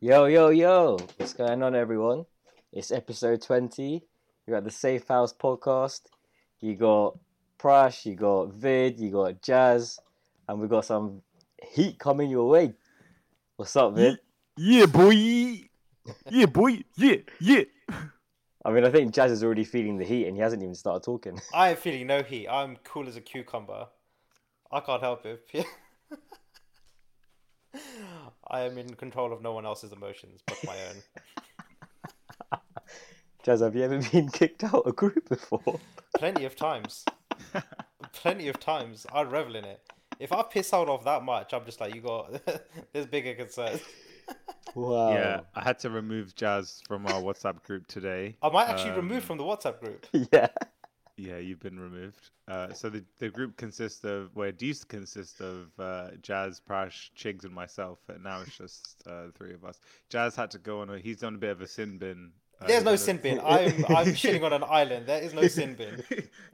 Yo, yo, yo! What's going on, everyone? It's episode 20. You're at the Safe House podcast. You got Prash, you got Vid, you got Jazz, and we got some heat coming your way. What's up, Vid? Yeah, boy. Yeah, boy. Yeah, yeah. I mean, I think Jazz is already feeling the heat and he hasn't even started talking. I am feeling no heat. I'm cool as a cucumber. I can't help it. I am in control of no one else's emotions but my own. Jazz, have you ever been kicked out a group before? Plenty of times. Plenty of times. I revel in it. If I piss out off that much, I'm just like, you got. There's bigger concerns. Wow. Yeah, Um, I had to remove Jazz from our WhatsApp group today. I might actually remove Um, from the WhatsApp group. Yeah. Yeah, you've been removed. Uh, so the, the group consists of, well, it used to consist of uh, Jazz, Prash, Chigs, and myself, and now it's just uh, the three of us. Jazz had to go on a, he's on a bit of a sin bin. Uh, There's he's no on a- sin bin. I'm, I'm shitting on an island. There is no sin bin.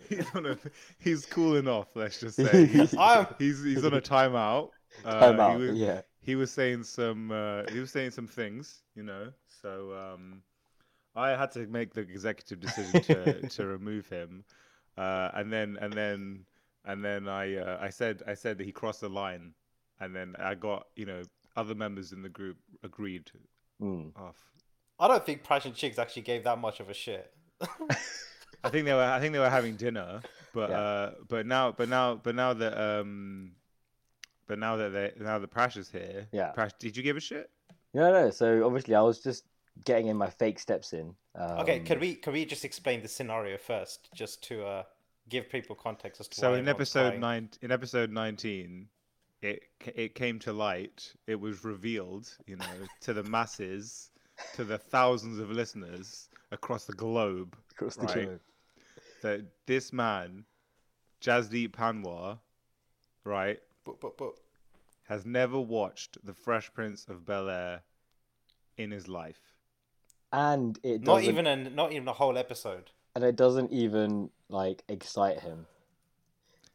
he's on a, he's cooling off, let's just say. He's, I'm he's, he's on a timeout. Uh, Time he out. was- Yeah. he was saying some uh, he was saying some things, you know. So um, I had to make the executive decision to, to remove him, uh, and then and then and then I uh, I said I said that he crossed the line, and then I got you know other members in the group agreed Mm. off. I don't think Prash and Chicks actually gave that much of a shit. I think they were I think they were having dinner, but Yeah. uh, but now but now but now that um. But now that they now that Prash is here, Yeah. Prash, did you give a shit? No, no. So obviously, I was just getting in my fake steps in. Um, Okay, can we can we just explain the scenario first, just to uh, give people context as to So why in everyone's episode crying? nine, in episode nineteen, it c- it came to light. It was revealed, you know, to the masses, to the thousands of listeners across the globe, Across the Right. globe. that this man, Jazdeep Panwar, right, But, but, but, has never watched The Fresh Prince of Bel Air in his life. And it not doesn't, even an not even a whole episode. and it doesn't even like excite him.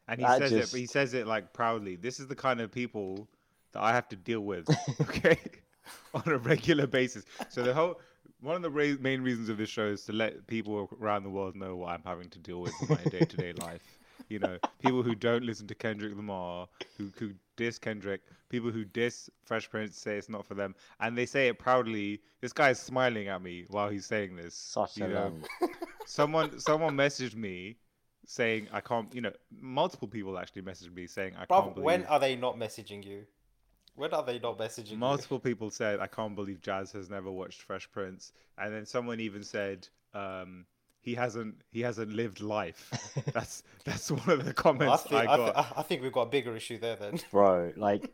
And he That says just- it. He says it like proudly. This is the kind of people that I have to deal with, okay, on a regular basis. So the whole one of the ra- main reasons of this show is to let people around the world know what I'm having to deal with in my day-to-day life. You know, people who don't listen to Kendrick Lamar, who who diss Kendrick, people who diss Fresh Prince say it's not for them, and they say it proudly. This guy is smiling at me while he's saying this. Such you a know? man. someone someone messaged me saying I can't. You know, multiple people actually messaged me saying I Bruv, can't believe. when are they not messaging you? When are they not messaging you? multiple people said I can't believe Jazz has never watched Fresh Prince, and then someone even said um, he hasn't he hasn't lived life. that's that's one of the I comments I, think, I, got. thi- I think we've got a bigger issue there then. Bro, like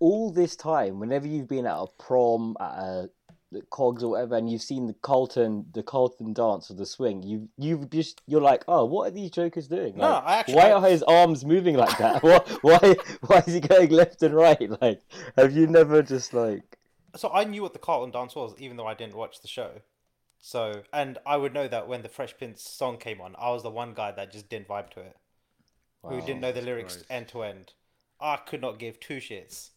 all this time, whenever you've been at a prom, at a the cogs or whatever, and you've seen the Colton, the Colton dance or the swing, you you've just you're like, oh, what are these jokers doing? No, Like, I actually- why are his arms moving like that? why, why why is he going left and right? Like, have you never just like? So I knew what the Carlton dance was, even though I didn't watch the show. So, and I would know that when the Fresh Prince song came on, I was the one guy that just didn't vibe to it, who Wow. didn't know the lyrics Christ. end to end. I could not give two shits.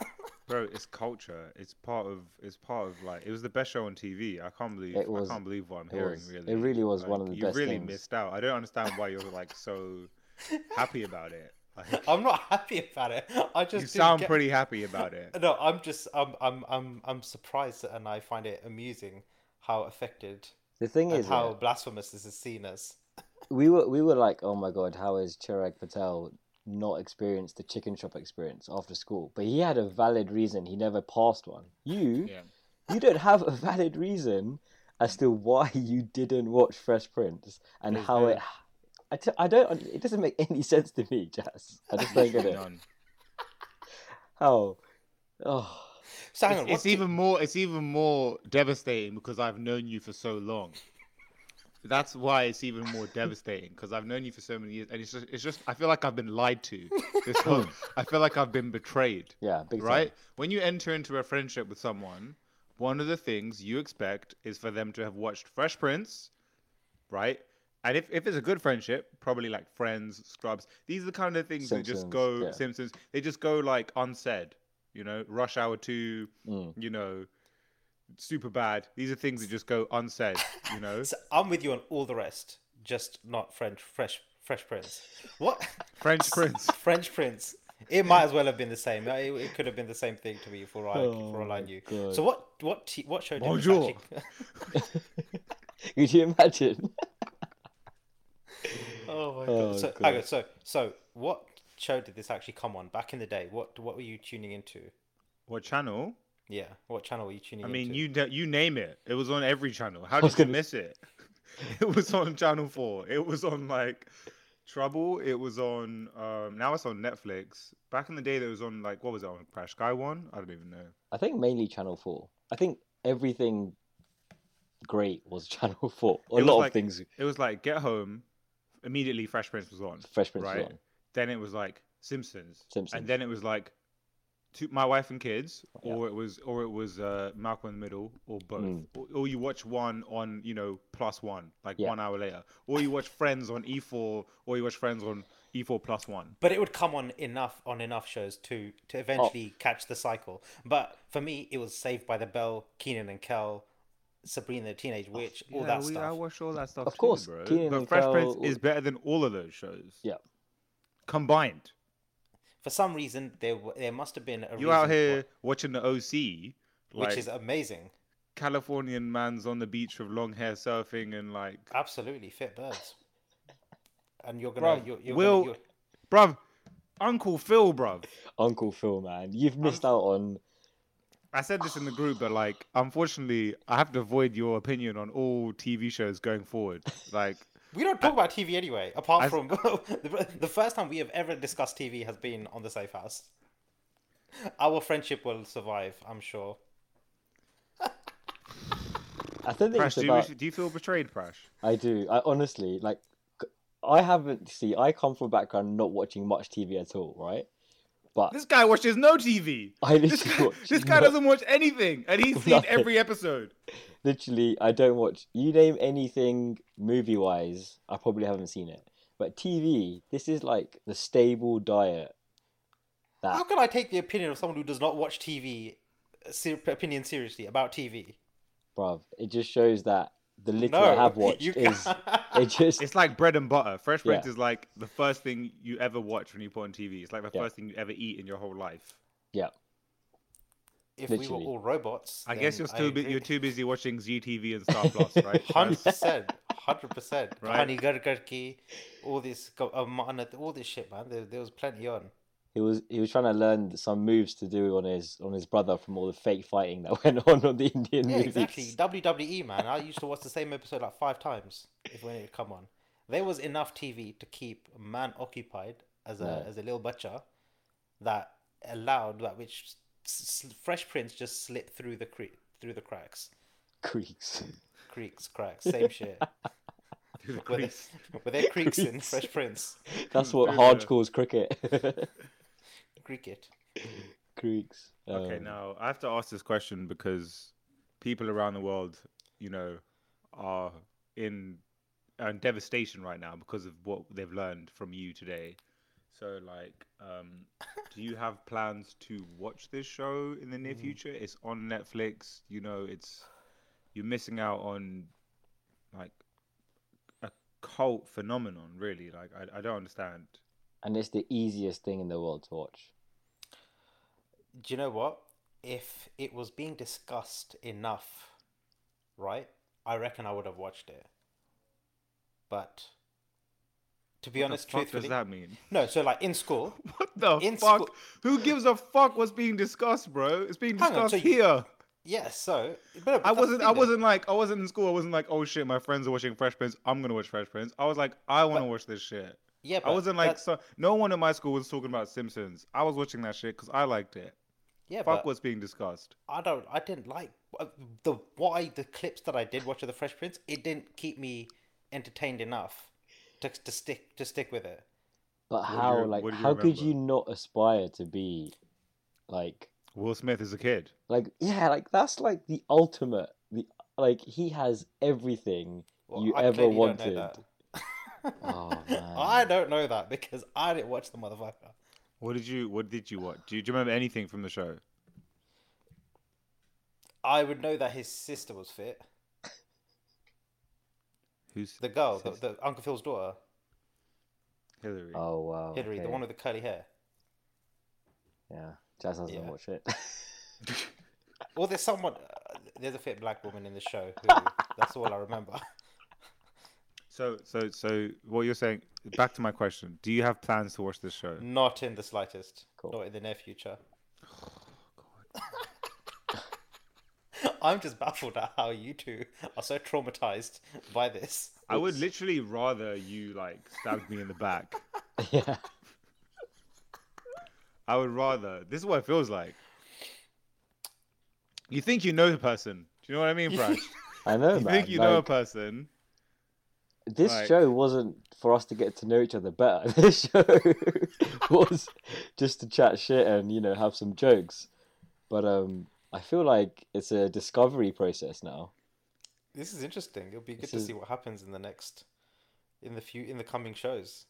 Bro, it's culture. It's part of. It's part of like. It was the best show on TV. I can't believe. It was- I can't believe what I'm it hearing. was- really, it really was one Like, of the you best really things. missed out. I don't understand why you're like so happy about it. Like, I'm not happy about it. I just you didn't sound get- pretty happy about it. No, I'm just I'm I'm I'm I'm surprised and I find it amusing how affected The thing and is, how yeah, blasphemous this is seen as. we were we were like, oh my god, how is Chirag Patel not experienced the chicken shop experience after school? But he had a valid reason. He never passed one. You Yeah. you don't have a valid reason as to why you didn't watch Fresh Prince and There's how no- it. I, t- I don't. It doesn't make any sense to me, Jazz. I just don't get it. None. How? Oh, So hang It's, on, it's what even more. It's even more devastating because I've known you for so long. That's why it's even more devastating because I've known you for so many years, and it's just. It's just. I feel like I've been lied to. This whole, I feel like I've been betrayed. yeah, big time. right? When you enter into a friendship with someone, one of the things you expect is for them to have watched Fresh Prince, right? And if, if it's a good friendship, probably like Friends, Scrubs, these are the kind of things that just Simpsons, go yeah. Simpsons. They just go like unsaid. you know, Rush Hour 2, Mm. you know, Super Bad. These are things that just go unsaid, you know? So I'm with you on all the rest, just not French Fresh Fresh Prince. What French Prince. French Prince? It might as well have been the same. It, it could have been the same thing to me for all I for all I Oh, knew. God. So what what t- what show did Bonjour. Patrick- Could you imagine? Oh my Oh, god. So, God. okay, so so what show did this actually come on back in the day? What what were you tuning into? What channel? Yeah, what channel were you tuning I into? mean, you na- you name it. It was on every channel. How was did you gonna- miss it? It was on Channel Four. It was on like Trouble. It was on. Um, now it's on Netflix. Back in the day, that was on like what was it on Crash Sky One? I don't even know. I think mainly Channel Four. I think everything great was Channel Four. A It was lot like- of things It was like Get Home. Immediately, Fresh Prince was on. Fresh Prince right. was on. Then it was like Simpsons. Simpsons. And then it was like to My Wife and Kids, Yeah. or it was or it was uh, Malcolm in the Middle, or both. Mm. Or, or you watch one on you know plus one, like Yeah. one hour later, or you watch Friends on E4, or you watch Friends on E4 plus one. but it would come on enough on enough shows to to eventually Oh. catch the cycle. But for me, it was Saved by the Bell, Keenan and Kel, Sabrina the Teenage Witch, all that Oh, we, I stuff. watched all that stuff. Of too, course, bro. Kenan but and Fresh Kel- Prince is better than all of those shows. Yeah. combined. For some reason, there w- there must have been a You out reason here watching the OC, for- which like is amazing. Californian man's on the beach with long hair surfing and like Absolutely fit birds. And you're gonna, Bruv, you're, you're Will- gonna, you're, bruv, Uncle Phil, bruv. Uncle Phil, man, you've missed out on. I said this in the group, but like, unfortunately, I have to avoid your opinion on all TV shows going forward. Like, we don't talk about TV anyway. Apart I- from the, the first time we have ever discussed TV has been on the Safe House. Our friendship will survive, I'm sure. I don't think Prash, it's do, about. you, do you feel betrayed, Prash? I do. I honestly like. c- I haven't see. I come from a background not watching much TV at all, right? But This guy watches no TV. I This literally guy, watch this guy no- doesn't watch anything, and he's seen Nothing. every episode. literally I don't watch. You name anything movie wise, I probably haven't seen it. But TV, this is like the stable diet. How That can I take the opinion of someone who does not watch TV ser- opinion seriously about TV? bruv, it just shows that the little No, I have watched you is can't. it just It's like bread and butter. Fresh Prince Yeah. is like the first thing you ever watch when you put on TV. It's like the Yeah. first thing you ever eat in your whole life. yeah. If we were literally. all robots, I guess you're still bu- too you're too busy watching ZTV and Star Plus, right? Hundred That's- percent, hundred percent. Right. Honey Ghar Ghar Ki, all this, go- um, and all this shit, man. There, there was plenty on. He was he was trying to learn some moves to do on his on his brother from all the fake fighting that went on on the Indian Yeah, movies. exactly. WWE, man. I used to watch the same episode like five times if when it come on. There was enough TV to keep a man occupied as a Yeah. as a little butcher that allowed that which s- s- Fresh Prince just slipped through the cre- through the cracks, Creeks. creaks, cracks, same shit. Through the Were there, crease. were there creaks in Creaks. Fresh Prince? That's what Very Hodge good. calls cricket. Creak it. Creeks. Okay, Um, now I have to ask this question because people around the world, you know, are in are in devastation right now because of what they've learned from you today. So, like, um, do you have plans to watch this show in the near future? It's on Netflix. You know, it's you're missing out on like a cult phenomenon, really. Like, I, I don't understand. And it's the easiest thing in the world to watch. do you know what? If it was being discussed enough, right? I reckon I would have watched it. But to be What honest, the fuck truthfully, does that mean? no. So like in school, What the In fuck? school- Who gives a fuck what's being discussed, bro? It's being Hang discussed on, so you- here. yes. so but no, but I that's the wasn't. thing I though. wasn't like. I wasn't in school. I wasn't like. Oh shit, my friends are watching Fresh Prince. I'm gonna watch Fresh Prince. I was like, I want to watch this shit. Yeah, I but wasn't like. that- So, no one in my school was talking about Simpsons. I was watching that shit because I liked it. yeah, Fuck but what's being discussed. I don't. I didn't like uh, the why the clips that I did watch of the Fresh Prince. It didn't keep me entertained enough to to stick to stick with it. But do how, you- like, what do you how could remember? you not aspire to be, like, Will Smith is a kid. like, yeah, like that's like the ultimate. The like he has everything Well, you I ever clearly don't know wanted. that. Oh man, I don't know that because I didn't watch the motherfucker. What did you What did you watch? Do you, do you remember anything from the show? I would know that his sister was fit. Who's The girl, the, the Uncle Phil's daughter, Hillary? Uh, Oh wow. Hillary, the okay. one with the curly hair. Yeah. Jazz hasn't Yeah. watched it. Well, there's someone. Uh, there's a fit black woman in the show. Who, that's all I remember. So so so what you're saying? Back to my question. Do you have plans to watch this show? Not in the slightest. Cool. Oh, Not in the near future. I'm just baffled at how you two are so traumatized by this. I would literally rather you like stabbed me in the back. yeah. I would rather. This is what it feels like. You think you know the person. Do you know what I mean, Prash? I know, You man. think you know a like, person. this like- show wasn't for us to get to know each other better. This show was just to chat shit and you know have some jokes. But um, I feel like it's a discovery process now. This is interesting. It'll be good This to is- see what happens in the next, in the few, in the coming shows.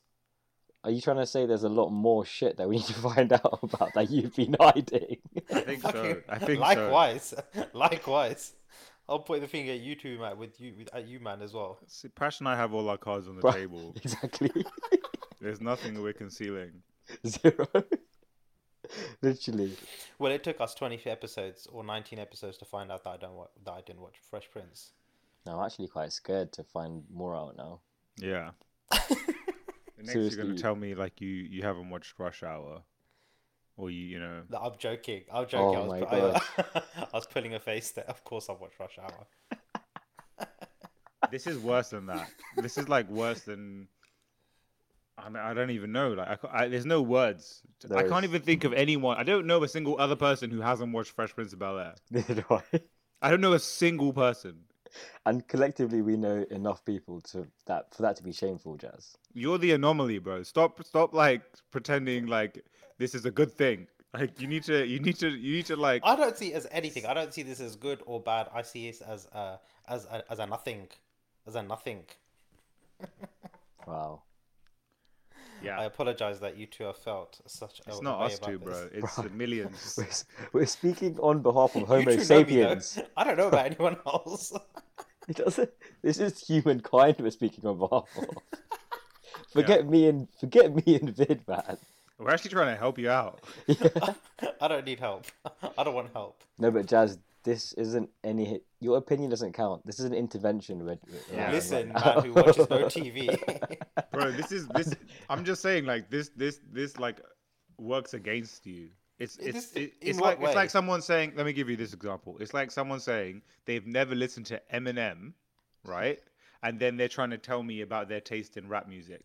Are you trying to say there's a lot more shit that we need to find out about that you've been hiding? I think so. Fucking- I think so. likewise, likewise. I'll point the finger at you two, man. With you, with, at you, man, as well. See, Prash and I have all our cards on the Bruh. table. exactly. There's nothing we're concealing. Zero. Literally. Well, it took us 20 episodes or 19 episodes to find out that I don't wa- that I didn't watch Fresh Prince. No, I'm actually quite scared to find more out now. Yeah. The next you're Seriously. gonna tell me like you you haven't watched Rush Hour, or you you know. No, I'm joking. I'm joking. Oh I, was, my I, I was pulling a face there. Of course, I watched Rush Hour. This is worse than that. This is like worse than. I mean, I don't even know. Like, I, ca- I, there's no words. I There can't is- even think of anyone. I don't know a single other person who hasn't watched Fresh Prince of Bel Air. Neither do I. I don't know a single person. And collectively, we know enough people to that for that to be shameful, Jazz. You're the anomaly, bro. Stop, stop, like pretending like this is a good thing. Like, you need to, you need to, you need to, like. I don't see it as anything. I don't see this as good or bad. I see it as a as a, as a nothing, as a nothing. Wow. I Yeah, apologize that you two have felt such. it's a not way us about two, this. bro. It's the millions. We're, we're speaking on behalf of You two Homo know me, though. sapiens. I don't know about anyone else. It doesn't. This is humankind we're speaking on behalf of. Forget me and forget me and Vid, man. We're actually trying to help you out. I don't need help. I don't want help. No, but Jazz, this isn't any. Your opinion doesn't count. This is an intervention. We're, we're Yeah. having Listen, right now. man who watches no TV. bro this is this i'm just saying like this this this like works against you it's It it's is- it, in it's what like it's way? like someone saying let me give you this example it's like someone saying they've never listened to eminem right and then they're trying to tell me about their taste in rap music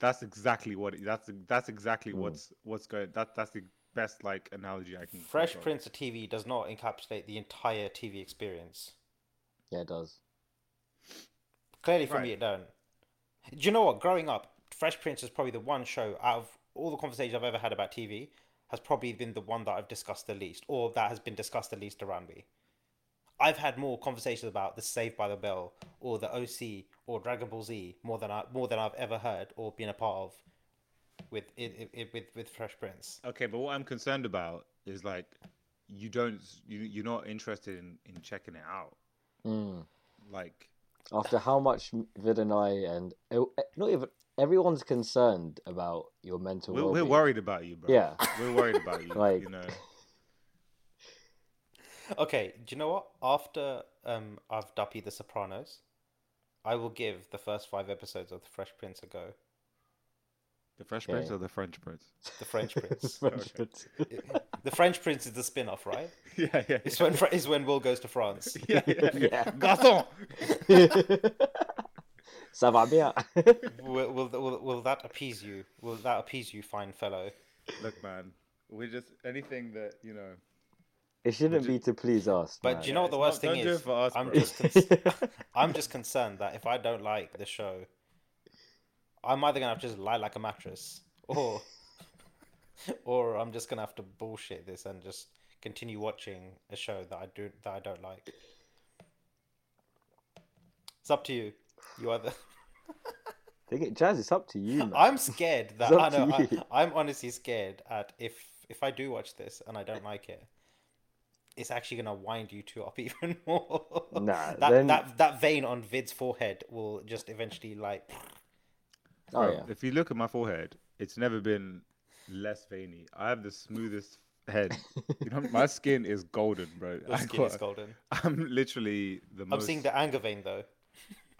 that's exactly what it, that's that's exactly Hmm. what's what's going that that's the best like analogy i can think Fresh of. Prince of TV does not encapsulate the entire TV experience. yeah, it does. Clearly, for Right. me, it don't. Do you know what? Growing up, Fresh Prince is probably the one show out of all the conversations I've ever had about TV has probably been the one that I've discussed the least, or that has been discussed the least around me. I've had more conversations about the Saved by the Bell or the OC or Dragon Ball Z more than I more than I've ever heard or been a part of with it, it, with with Fresh Prince. okay but what i'm concerned about is like you don't you, you're not interested in in checking it out Mm. like After how much Vid and I and oh, eh, not even everyone's concerned about your mental. We're, we're well-being. worried about you, bro. Yeah. we're worried about you. Like- you know, Okay, do you know what? After um, I've duppy The Sopranos, I will give the first five episodes of The Fresh Prince a go. the Fresh Prince Okay. or the French Prince? The French Prince. French Okay. words. the French Prince is the spin-off, right? yeah, yeah, It's when Fra- it's when Will goes to France. yeah, yeah, yeah. Yeah. Garçon. Ça va bien. Will, will, will, will that appease you? Will that appease you, fine fellow? Look, man, we just anything that you know. It shouldn't be to please us. But man. do you know what the it's worst not- thing don't do is? it for us, I'm bro. just con- I'm just concerned that if I don't like the show, I'm either gonna have to just lie like a mattress, or or I'm just gonna have to bullshit this and just continue watching a show that I do that I don't like. It's up to you. You either Think it, Jazz, it's up to you, man. I'm scared that It's I up to know you. I, I'm honestly scared at if if I do watch this and I don't like it, it's actually gonna wind you two up even more. Nah, Oh, that then- that that vein on Vid's forehead will just eventually like Oh Bro, yeah. If you look at my forehead, it's never been less veiny. I have the smoothest head. you know, my skin is golden, bro. your I skin is got- golden. I'm literally the I'm most. seeing the anger vein though.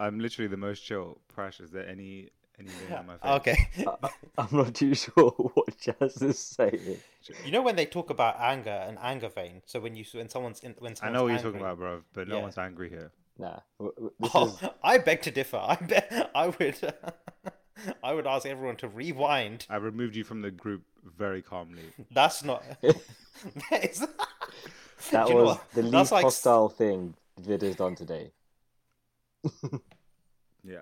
I'm literally the most chill. Prash, is there any any vein on my face? Okay. I'm not too sure what Jazz is saying. you know when they talk about anger and anger vein. So when you when someone's in, when I someone's know what you're angry- talking about, bro, but no Yeah. one's angry here. Nah, w- w- this Oh, is I beg to differ. I bet I would. I would ask everyone to rewind. I removed you from the group very calmly. That's not. that is. that Do you know was what? the That's least like s- hostile thing Vid has done today. Yeah.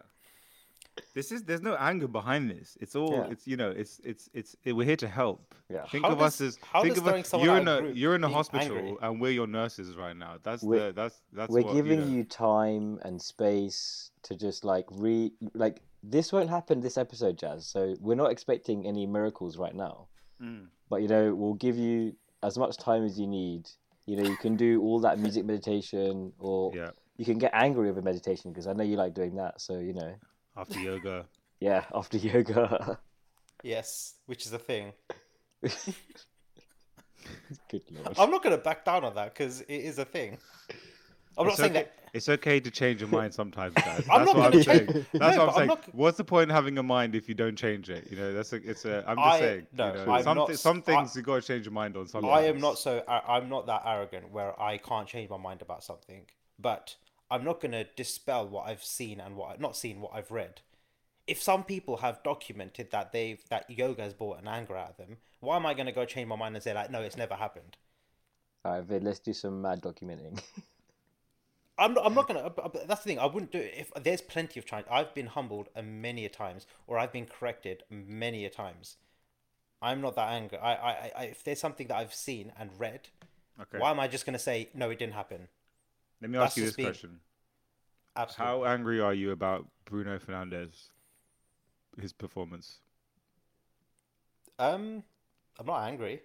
This is there's no anger behind this. It's all Yeah. it's you know it's it's it's it, we're here to help. Yeah. Think How of us does- as how think does of throwing us, someone you're out in of a group you're in a being hospital angry? and we're your nurses right now. That's We're- the that's that's We're what, giving you, know, you time and space to just like re like this won't happen this episode, Jazz. So we're not expecting any miracles right now. Mm. But you know, we'll give you as much time as you need. You know, you can do all that music meditation, or yeah you can get angry over meditation because I know you like doing that. So you know, after yoga. yeah, after yoga. Yes, which is a thing. Good lord. I'm not going to back down on that because it is a thing. I'm not it's saying okay, that. it's okay to change your mind sometimes, guys. That's I'm not what gonna I'm change- saying. No, That's but what I'm I'm saying. not- What's the point of having a mind if you don't change it? You know, that's a, it's a. I'm just I- saying. no, you know, I'm some, not thi- s- some I- things you gotta change your mind on. Sometimes. I am not so. I- I'm not that arrogant where I can't change my mind about something. But I'm not going to dispel what I've seen and what I've not seen, what I've read. If some people have documented that they've that yoga has brought an anger out of them, why am I going to go change my mind and say like, no, it's never happened? All right, Vid, let's do some mad documenting. I'm not, I'm not gonna. but- but That's the thing. I wouldn't do it if there's plenty of times I've been humbled a many a times, or I've been corrected many a times. I'm not that angry. I, I, I- I if there's something that I've seen and read, Okay. why am I just gonna say no? It didn't happen. Let me that's ask you just this being- question. Absolutely. How angry are you about Bruno Fernandez? His performance. Um, I'm not angry.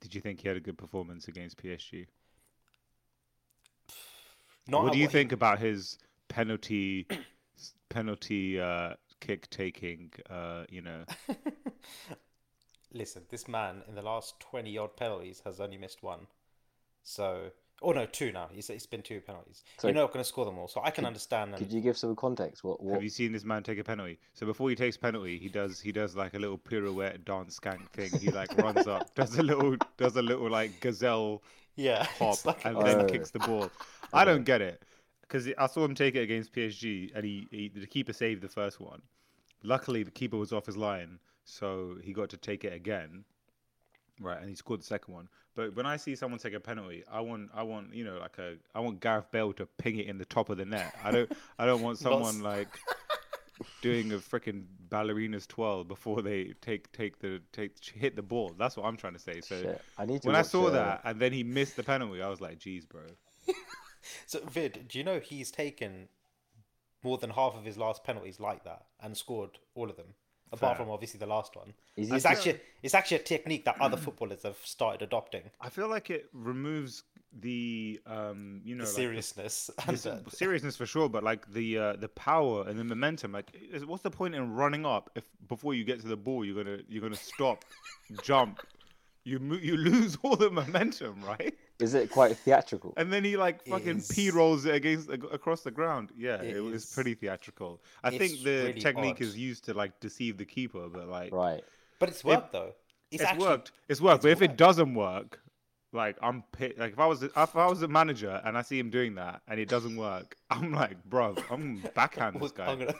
Did you think he had a good performance against PSG? Not what at do you he- think about his penalty s- penalty uh, kick taking? Uh, you know, Listen, this man in the last twenty odd penalties has only missed one. So, oh no, two now. He's it's been two penalties. So- You're not gonna score them all, so I can understand. Could And you give some context? What? have what... you seen this man take a penalty? So before he takes penalty, he does he does like a little pirouette dance skank thing. He like runs up, does a little does a little like gazelle yeah, pop it's like and Oh. then kicks the ball. I don't get it because I saw him take it against PSG and he, he the keeper saved the first one. Luckily, the keeper was off his line, so he got to take it again, right? And he scored the second one. But when I see someone take a penalty, I want I want you know like a I want Gareth Bale to ping it in the top of the net. I don't I don't want someone like. Doing a freaking ballerina's twirl before they take take the take hit the ball. That's what I'm trying to say. So Shit, I need to. when I watch, saw uh, that and then he missed the penalty, I was like, "Jeez, bro." So Vid, do you know he's taken more than half of his last penalties like that and scored all of them, apart Fair. from obviously the last one. Is he It's still- actually it's actually a technique that other footballers have started adopting. I feel like it removes the um, you know, The like, seriousness the and s- the- seriousness for sure, but like the uh, the power and the momentum. Like, is- what's the point in running up if before you get to the ball, you're gonna you're gonna stop, jump. You, mo- you lose all the momentum, right? Is it quite theatrical? And then he like fucking is- p rolls it against ac- across the ground. Yeah, It it, was is- pretty theatrical. I it's think the really technique odd. is used to like deceive the keeper, but like Right. but it's worked though. It's, it's, actually worked. It's worked. but if it doesn't work, like I'm pit. Like if I was if I was a manager and I see him doing that and it doesn't work, I'm like, bro, I'm gonna backhand this guy. I'm gonna-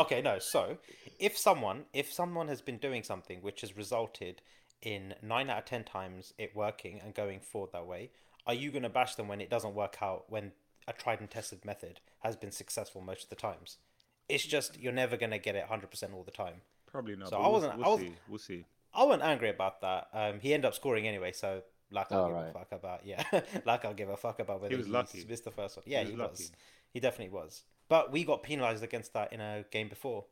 okay, no. So, if someone if someone has been doing something which has resulted in nine out of ten times it working and going forward that way, are you going to bash them when it doesn't work out when a tried and tested method has been successful most of the times? It's just you're never going to get it hundred percent all the time. Probably not. So but I we'll- wasn't- We'll I was- see. We'll see. I wasn't angry about that. Um, he ended up scoring anyway, so like I'll Oh, give right. a fuck about yeah, like I'll give a fuck about whether was he lucky. missed the first one. Yeah, was he was. lucky. He definitely was. But we got penalised against that in a game before.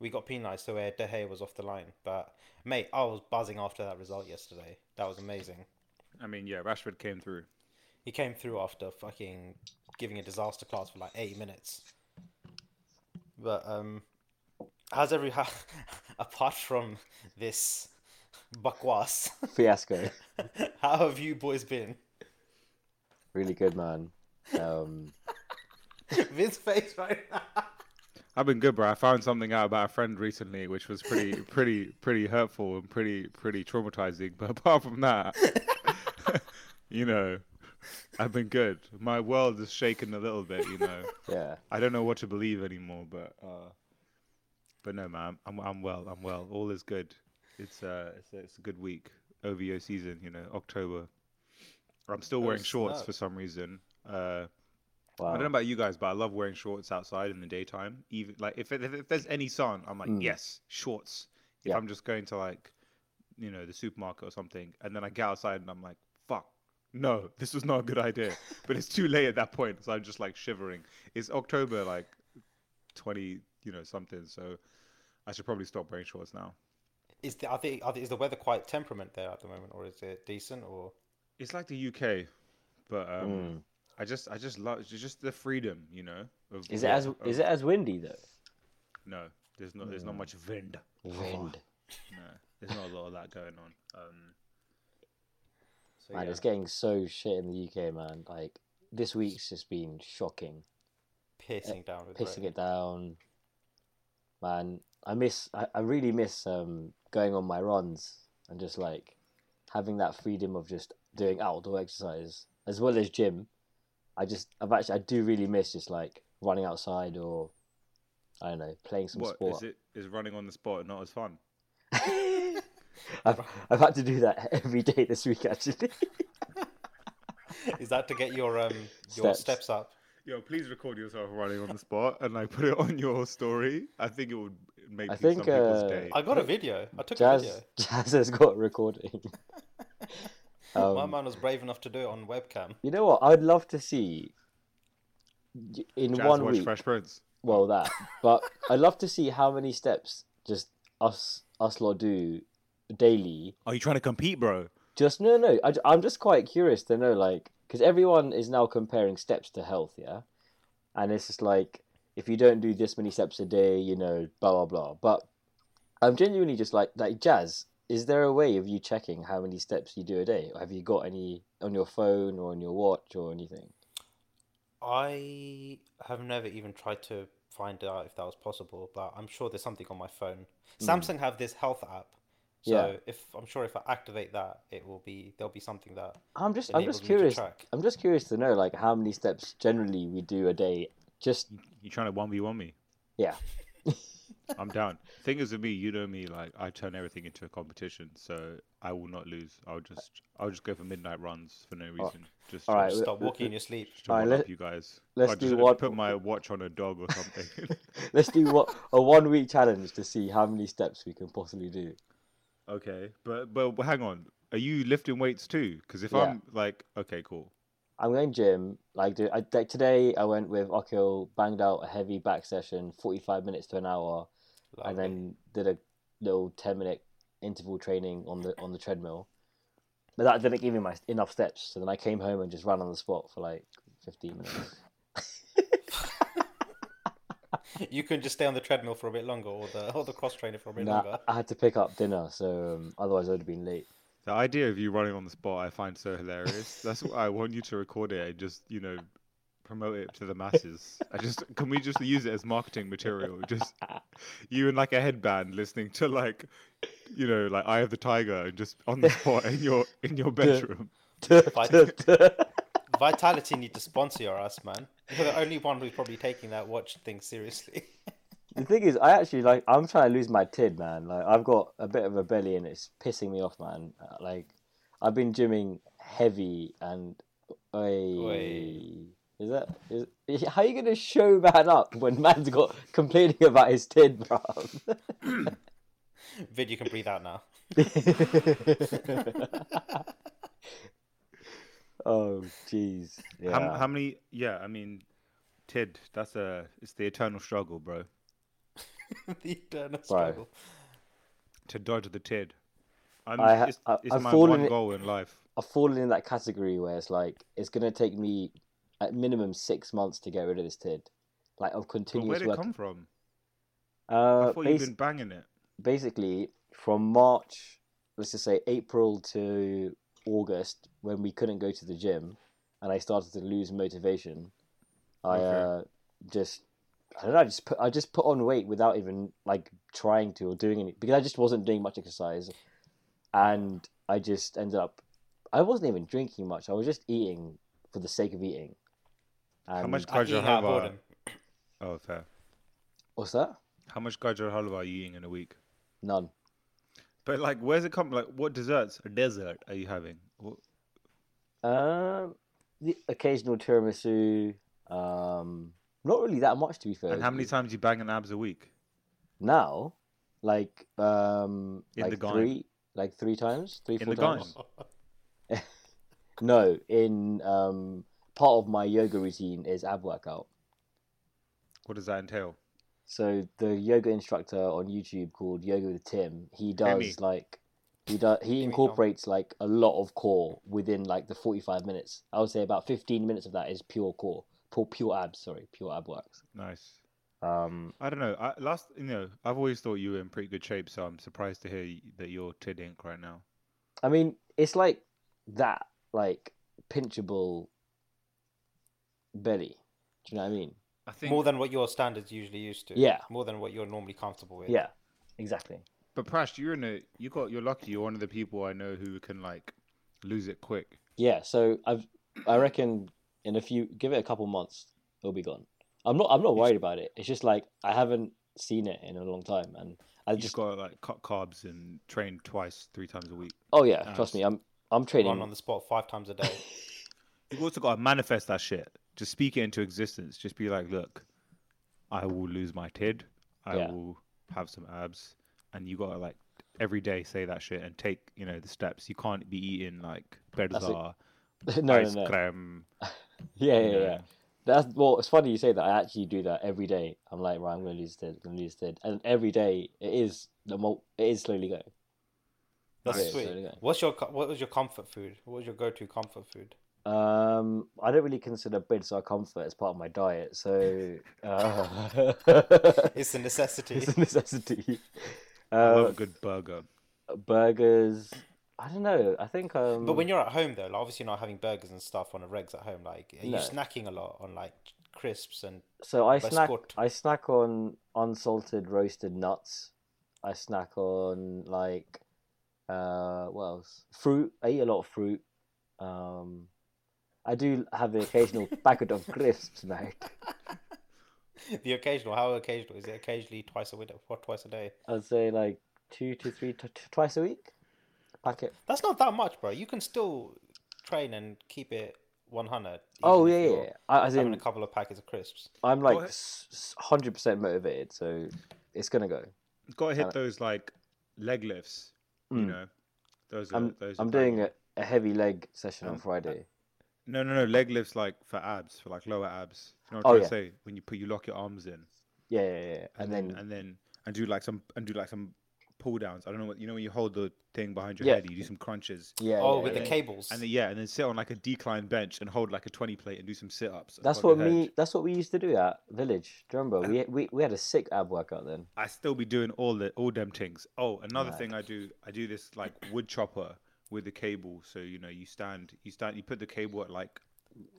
We got penalised, so where De Gea was off the line. But mate, I was buzzing after that result yesterday. That was amazing. I mean, yeah, Rashford came through. He came through after fucking giving a disaster class for like 80 minutes. But um, how's every how, apart from this buckwas? Fiasco. how have you boys been? Really good, man. Um, Vince's face right now. I've been good, bro. I found something out about a friend recently, which was pretty, pretty, pretty hurtful and pretty, pretty traumatizing. But apart from that, you know, I've been good. My world is shaken a little bit, you know. yeah. I don't know what to believe anymore, but uh, but no, man, I'm I'm well. I'm well. All is good. It's uh, it's a, it's a good week. OVO season, you know, October. I'm still Oh, wearing shorts snap. for some reason. Uh, I Wow. don't know about you guys, but I love wearing shorts outside in the daytime. Even like if if, if there's any sun, I'm like Mm. yes, shorts. If Yeah. I'm just going to like, you know, the supermarket or something, and then I get outside and I'm like, fuck, no, this was not a good idea. but it's too late at that point, so I'm just like shivering. It's October, like twenty, you know, something. So I should probably stop wearing shorts now. Is the I think I think- is the weather quite temperament there at the moment, or is it decent? Or It's like the UK, but um, Mm. I just I just love it's just the freedom, you know. Of Is it what- as of- is it Mm. as windy though? No, there's not there's not much wind. Wind. No, there's not a lot of that going on. Um, so Man, yeah. it's getting so shit in the UK, man. Like this week's just been shocking. piercing down with uh, pissing it rain? down. Man, I miss. I, I really miss um, going on my runs and just like having that freedom of just doing outdoor exercise as well as gym. I just, I've actually, I do really miss just like running outside or I don't know, playing some what sport. is it? Is running on the spot not as fun? I've, I've had to do that every day this week actually. Is that to get your um your Steps. steps up? Yo, please record yourself running on the spot and like put it on your story. I think it would make I pe- some think, people's uh, day. I got a video. I took a video. Jazz, Jazz has got recording. Um, My man was brave enough to do it on webcam. You know what? I'd love to see y- in Jazz one watch week. Fresh Prince. Well, that. But I'd love to see how many steps just us us lot do daily. Are you trying to compete, bro? Just no, no. I, am just quite curious to know, like, because everyone is now comparing steps to health, yeah. And it's just like if you don't do this many steps a day, you know, blah blah blah. But I'm genuinely just like, like Jazz. Is there a way of you checking how many steps you do a day? Or have you got any on your phone or on your watch or anything? I have never even tried to find out if that was possible, but I'm sure there's something on my phone. Samsung have this health app, so Hmm. Yeah. if I'm sure if I activate that, it will be there'll be something that I'm just, I'm enables just me to curious. track. I'm just curious to know, like, how many steps generally we do a day. Just You trying to one v one me? yeah, I'm down. Thing is with me, you know me. Like I turn everything into a competition, so I will not lose. I'll just I'll just go for midnight runs for no reason. Just Oh. All right, just, Let- Stop walking let- in your sleep. just to all right, one let- up you guys. let's I'll do just one- Put my watch on a dog or something. let's do what a one week challenge to see how many steps we can possibly do. Okay, but but hang on, are you lifting weights too? Because if Yeah. I'm like, okay, cool. I'm going gym. Like, do, I, like today, I went with Akil, banged out a heavy back session, 45 minutes to an hour, and Lovely. then did a little 10 minute interval training on the on the treadmill. But that didn't give me my enough steps. So then I came home and just ran on the spot for like 15 minutes. you can just stay on the treadmill for a bit longer, or the or the cross trainer for a bit Nah, longer. I had to pick up dinner, so um, otherwise I would have been late. The idea of you running on the spot, I find so hilarious. That's why I want you to record it and just you know promote it to the masses. I just can we just use it as marketing material? Just you in like a headband listening to like you know like Eye of the Tiger and just on the spot in your in your bedroom. Vitality need to sponsor your ass, man. You're the only one who's probably taking that watch thing seriously. The thing is, I actually like. I'm trying to lose my tid, man. Like, I've got a bit of a belly, and it's pissing me off, man. Uh, Like, I've been gymming heavy, and Oi. Oi. is that is how you gonna show man up when man's got complaining about his tid, bruv? Vid, you can breathe out now. oh, jeez. Yeah. Oh, How, how many? Yeah, I mean, Ted, that's a it's the eternal struggle, bro. the eternal struggle. To dodge the Ted. I'm, I ha- it's, I- it's I've my fallen one i- goal in life. I've fallen in that category where it's like it's gonna take me at minimum six months to get rid of this tid, like of But where'd continuous it work. come from? I Uh, thought bas- you've been banging it. basically from March, let's just say April to August, when we couldn't go to the gym, and I started to lose motivation. I uh, Okay. just, I don't know, I just put, I just put on weight without even like trying to or doing any because I just wasn't doing much exercise, and I just ended up, I wasn't even drinking much. I was just eating for the sake of eating. And How much I eat Gajar out of halwa? boredom. Oh, fair. What's that? How much Gajar halwa are you eating in a week? None. But like, where's it come? Like, what desserts? A dessert are you having? What, Um, the occasional tiramisu. Um, not really that much to be fair. and how many times you banging abs a week? now? Like um, In the like gym? three, like three times, three In four the times. gym? No, in um, part of my yoga routine is ab workout. What does that entail? So the yoga instructor on YouTube called Yoga with Tim, he does Timmy. like he does he Timmy Tom. incorporates like a lot of core within like the forty five minutes. I would say about fifteen minutes of that is pure core, pure pure abs. Sorry, pure ab works. Nice. Um, I don't know. I, last, you know, I've always thought you were in pretty good shape, so I'm surprised to hear y- that you're tid ink right now. I mean, it's like that, like pinchable belly. Do you know what I mean? I think More than what your standards usually used to. Yeah. More than what you're normally comfortable with. Yeah, exactly. But Prash, you're in a you got you're lucky. You're one of the people I know who can like lose it quick. Yeah. So I've, I reckon in a few, give it a couple months, it'll be gone. I'm not, I'm not worried about it. It's just like I haven't seen it in a long time, and I You just, just got to like cut carbs and train twice, three times a week. oh yeah, trust Nice. me, I'm, I'm Run training. on the spot five times a day. You've also got to manifest that shit. Just speak it into existence. Just be like, look, I will lose my tid. I Yeah. will have some abs, and you got to like every day say that shit and take you know the steps. You can't be eating like berza, no, no, ice no. cream. Yeah, yeah, you know. yeah. That's well. It's funny you say that. I actually do that every day. I'm like, right, I'm gonna lose this, gonna lose this, and every day it is the mo- it is slowly going. That's Yeah, so sweet. yeah. What's your co- what was your comfort food? What was your go-to comfort food? Um, I don't really consider bids or comfort as part of my diet, so uh, It's a necessity. it's a necessity. I love Uh, a good burger. burgers. I don't know. I think um. But when you're at home though, like obviously you're not having burgers and stuff on a regs at home. Like, are No. you snacking a lot on like crisps and so I by snack. Scott. I snack on unsalted roasted nuts. I snack on like, uh, what else? Fruit. I eat a lot of fruit. Um, I do have the occasional packet of crisps now. the occasional? How occasional is it? Occasionally, twice a week or twice a day? I'd say like two to three t- t- twice a week. Packet. That's not that much, bro. You can still train and keep it one hundred. Oh yeah, yeah. yeah. I, as Having a in, couple of packets of crisps. I'm like What? hundred percent motivated, so it's gonna go. Got to hit Uh, those like leg lifts. You Mm. know, those are I'm those. I'm are banging. doing a, a heavy leg session on Um, Friday. No, no, no. Leg lifts like for abs, for like lower abs. You know what Oh, I'm yeah. trying to say? When you put, you lock your arms in, and, Yeah, yeah, yeah, yeah. And then and then and do like some and do like some pull downs. I don't know what you know when you hold the thing behind your Yeah. head, you do some crunches, yeah. oh, yeah, with yeah. the yeah. cables. and then yeah, and then sit on like a decline bench and hold like a twenty plate and do some sit ups. That's what me. That's what we used to do at Village. Do you remember? We we we had a sick ab workout then. I still be doing all the all them things. Oh, another Right. thing I do, I do this like wood chopper with the cable. So you know, you stand, you stand, you put the cable at like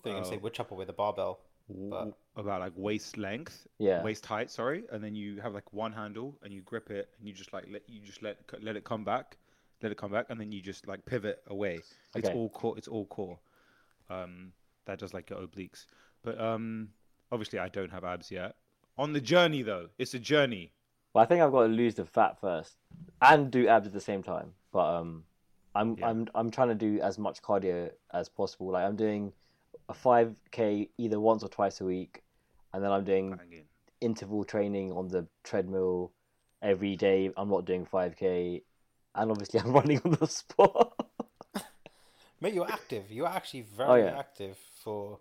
They're gonna say Oh. wood chopper with a barbell. w- But- about like waist length, Yeah. waist height, sorry, and then you have like one handle and you grip it and you just like let you just let c- let it come back, let it come back, and then you just like pivot away. It's Okay. all core. It's all core. Um, that does like your obliques, but um, obviously I don't have abs yet. On the journey though, it's a journey. Well, I think I've got to lose the fat first and do abs at the same time. But um, I'm Yeah. I'm I'm trying to do as much cardio as possible. Like I'm doing a five k either once or twice a week, and then I'm doing Banging. interval training on the treadmill every day. I'm not doing 5k, and obviously I'm running on the spot. Mate, you're active. You're actually very yeah. active for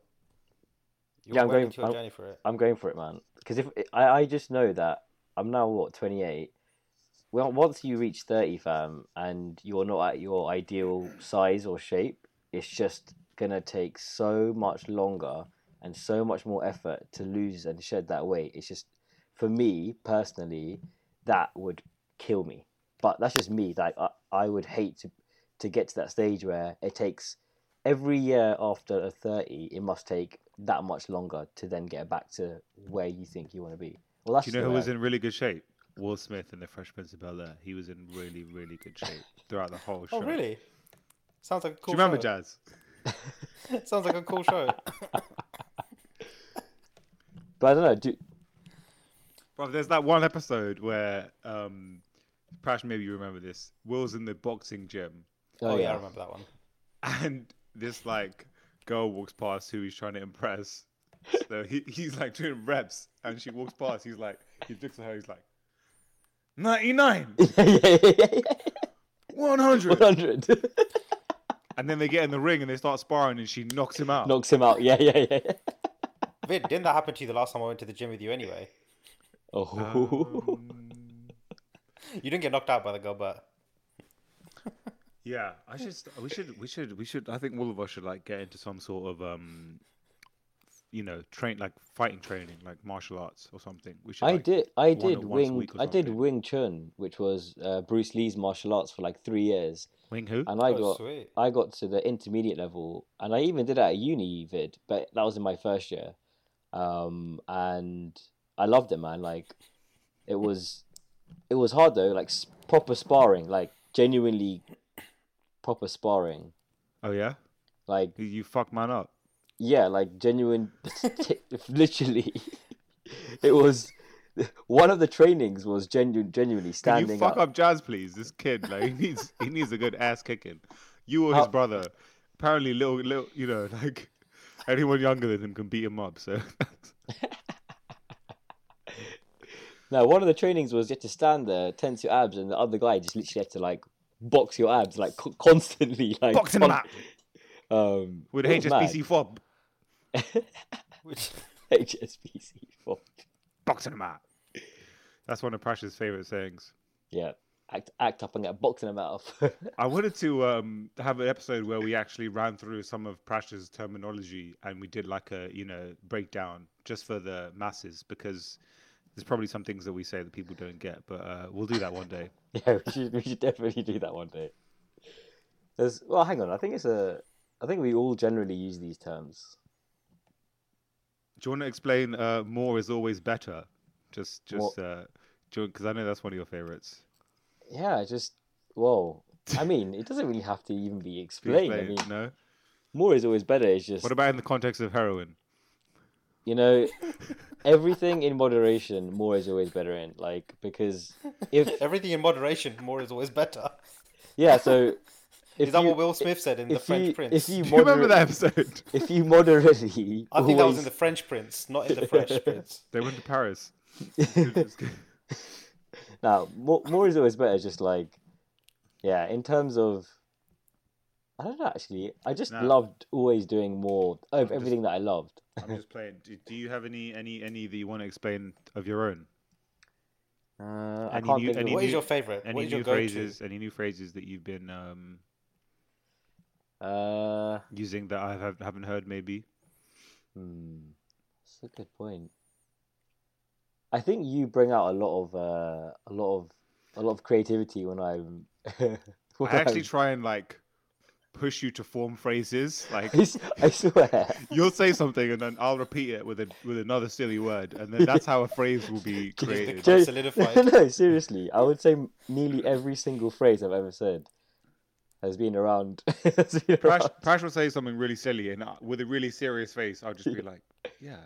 You're Oh, Yeah, I'm well going- into your I'm- journey for it. I'm going for it, man. Because if I, I just know that I'm now what 28. Well, once you reach 30, fam, and you're not at your ideal size or shape, it's just gonna take so much longer and so much more effort to lose and shed that weight. It's just for me personally, that would kill me. But that's just me. Like I, I would hate to to get to that stage where it takes every year after a 30 it must take that much longer to then get back to where you think you want to be well that's Do you know who the was way in really good shape? Will Smith in The Fresh Prince of Bel Air. He was in really, really good shape throughout the whole show. Oh, really? Sounds like a Do cool you remember show. Jazz? Sounds like a cool show. Oh, I- but i don't know do, Bro, there's that one episode where, um, Prash, maybe you remember this. Will's in the boxing gym, oh, yeah, I remember that one. and this like girl walks past who he's trying to impress. So he, he's like doing reps, and she walks past. He's like, he looks at her. He's like, ninety nine, one hundred. 100 And then they get in the ring and they start sparring, and she knocks him out. knocks him out yeah yeah yeah Vid, didn't that happen to you the last time I went to the gym with you anyway? oh Um, You didn't get knocked out by the girl, but Yeah, I should. st- We should. We should. We should. I think all of us should like get into some sort of um, you know, train like fighting training, like martial arts or something. We should. i like- did i one did once a wing week or i did something. wing chun which was uh, bruce lee's martial arts for like three years Wing who? and i oh, got sweet. I got to the intermediate level, and I even did it at uni vid, but that was in my first year, um, and I loved it, man. Like, it was, it was hard though. Like s- proper sparring, like genuinely proper sparring. Oh yeah, Like you, you fuck man up. yeah, like genuine. literally, it was. One of the trainings was genuine, genuinely Can you standing fuck up. up. Jazz, please? This kid, like, he needs he needs a good ass kicking. You or his How- brother. Apparently, little little, you know, like anyone younger than him can beat him up. So No, one of the trainings was you had to stand there, tense your abs, and the other guy just literally had to like box your abs like co- constantly, like boxing him con- up Um, with it was mad. HSBC fob. Which- HSBC fob. Boxing him out. That's one of Prash's favorite sayings. Yeah, act act up and get boxing them out. I wanted to um, have an episode where we actually ran through some of Prash's terminology and we did like a you know breakdown just for the masses because there's probably some things that we say that people don't get, but uh, we'll do that one day. yeah, we should we should definitely do that one day. There's well, hang on. I think it's a. I think we all generally use these terms. Do you want to explain uh, "more is always better"? Just just because uh, because I know that's one of your favorites. Yeah, it's just whoa. I mean, it doesn't really have to even be Can explained. you I mean, explain? No. more is always better. It's just What about in the context of heroin? you know, everything in moderation. More is always better in like because if Everything in moderation, more is always better. yeah. So if Is that you, what Will Smith said in The if French you, if Prince? you, Do you remember moderate- that episode? if you moderately I think that was in always- the French Prince, not in the Fresh Prince. They went to Paris. now more, more is always better just like yeah in terms of i don't know actually i just Nah. loved always doing more of just- everything that i loved I'm just playing. Do, do you have any any any that you want to explain of your own? uh, i Any can't new- think any of What is new- your favorite? Any What is your new go-to? phrases? Any new phrases that you've been um, uh using that I have, haven't heard? Maybe. hmm, that's a good point i think you bring out a lot of uh a lot of a lot of creativity when i'm when I actually I'm- try and like push you to form phrases. Like I s- I swear you'll say something and then I'll repeat it with a, with another silly word, and then that's how a phrase will be created. Gen- solidified. No, no, seriously, I would say nearly every single phrase I've ever said has been around. has been Prash, around. Prash will say something really silly, and I, with a really serious face, I'll just be like, "Yeah,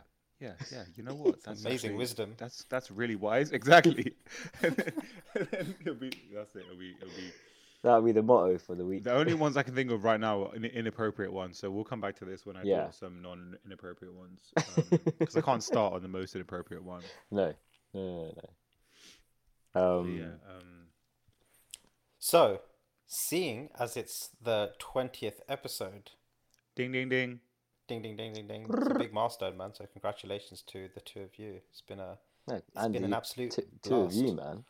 yeah, yeah. You know what? That's Amazing actually- wisdom. That's that's really wise. Exactly. and then, and then it'll be that's it. It'll be it'll be That would be the motto for the week. The only ones I can think of right now are in- inappropriate ones. So we'll come back to this when I Yeah. do some non inappropriate ones. Because I can't start on the most inappropriate one. No, no, no, no. no. But Um, yeah. Um, So, seeing as it's the 20th episode, ding, ding, ding. Ding ding ding ding ding. It's a big milestone, man. So congratulations to the two of you. It's been a No, it's Andy, been an absolute t- two of you, blast.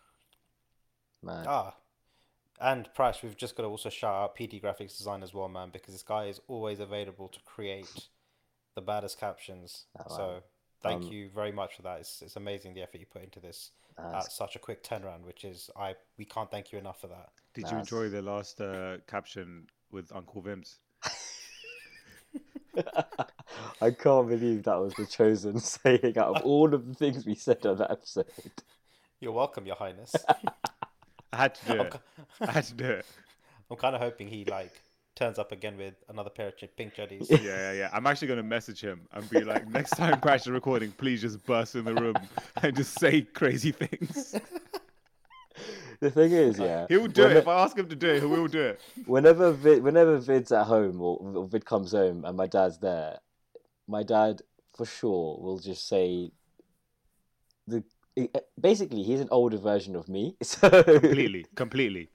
man. Man, Ah, and Prash, we've just got to also shout out PD Graphics Design as well, man, because this guy is always available to create the baddest captions. Oh, wow. So thank Um, you very much for that. It's, it's amazing the effort you put into this that's- at such a quick turnaround, which is I we can't thank you enough for that. Did you Nice. enjoy the last uh, caption with Uncle Vims? I can't believe that was the chosen saying out of all of the things we said on that episode. You're welcome, Your Highness. I had to do I'm, it. I had to do it. kind of hoping he like turns up again with another pair of ch- pink jellies. Yeah, yeah, yeah. I'm actually gonna message him and be like, next time crash the recording, please just burst in the room and just say crazy things. The thing is, yeah, He'll do when it. If I ask him to do it, he will do it. whenever Vid, whenever Vid's at home or, or Vid comes home and my dad's there, my dad for sure will just say the eh, basically he's an older version of me, so Completely, completely.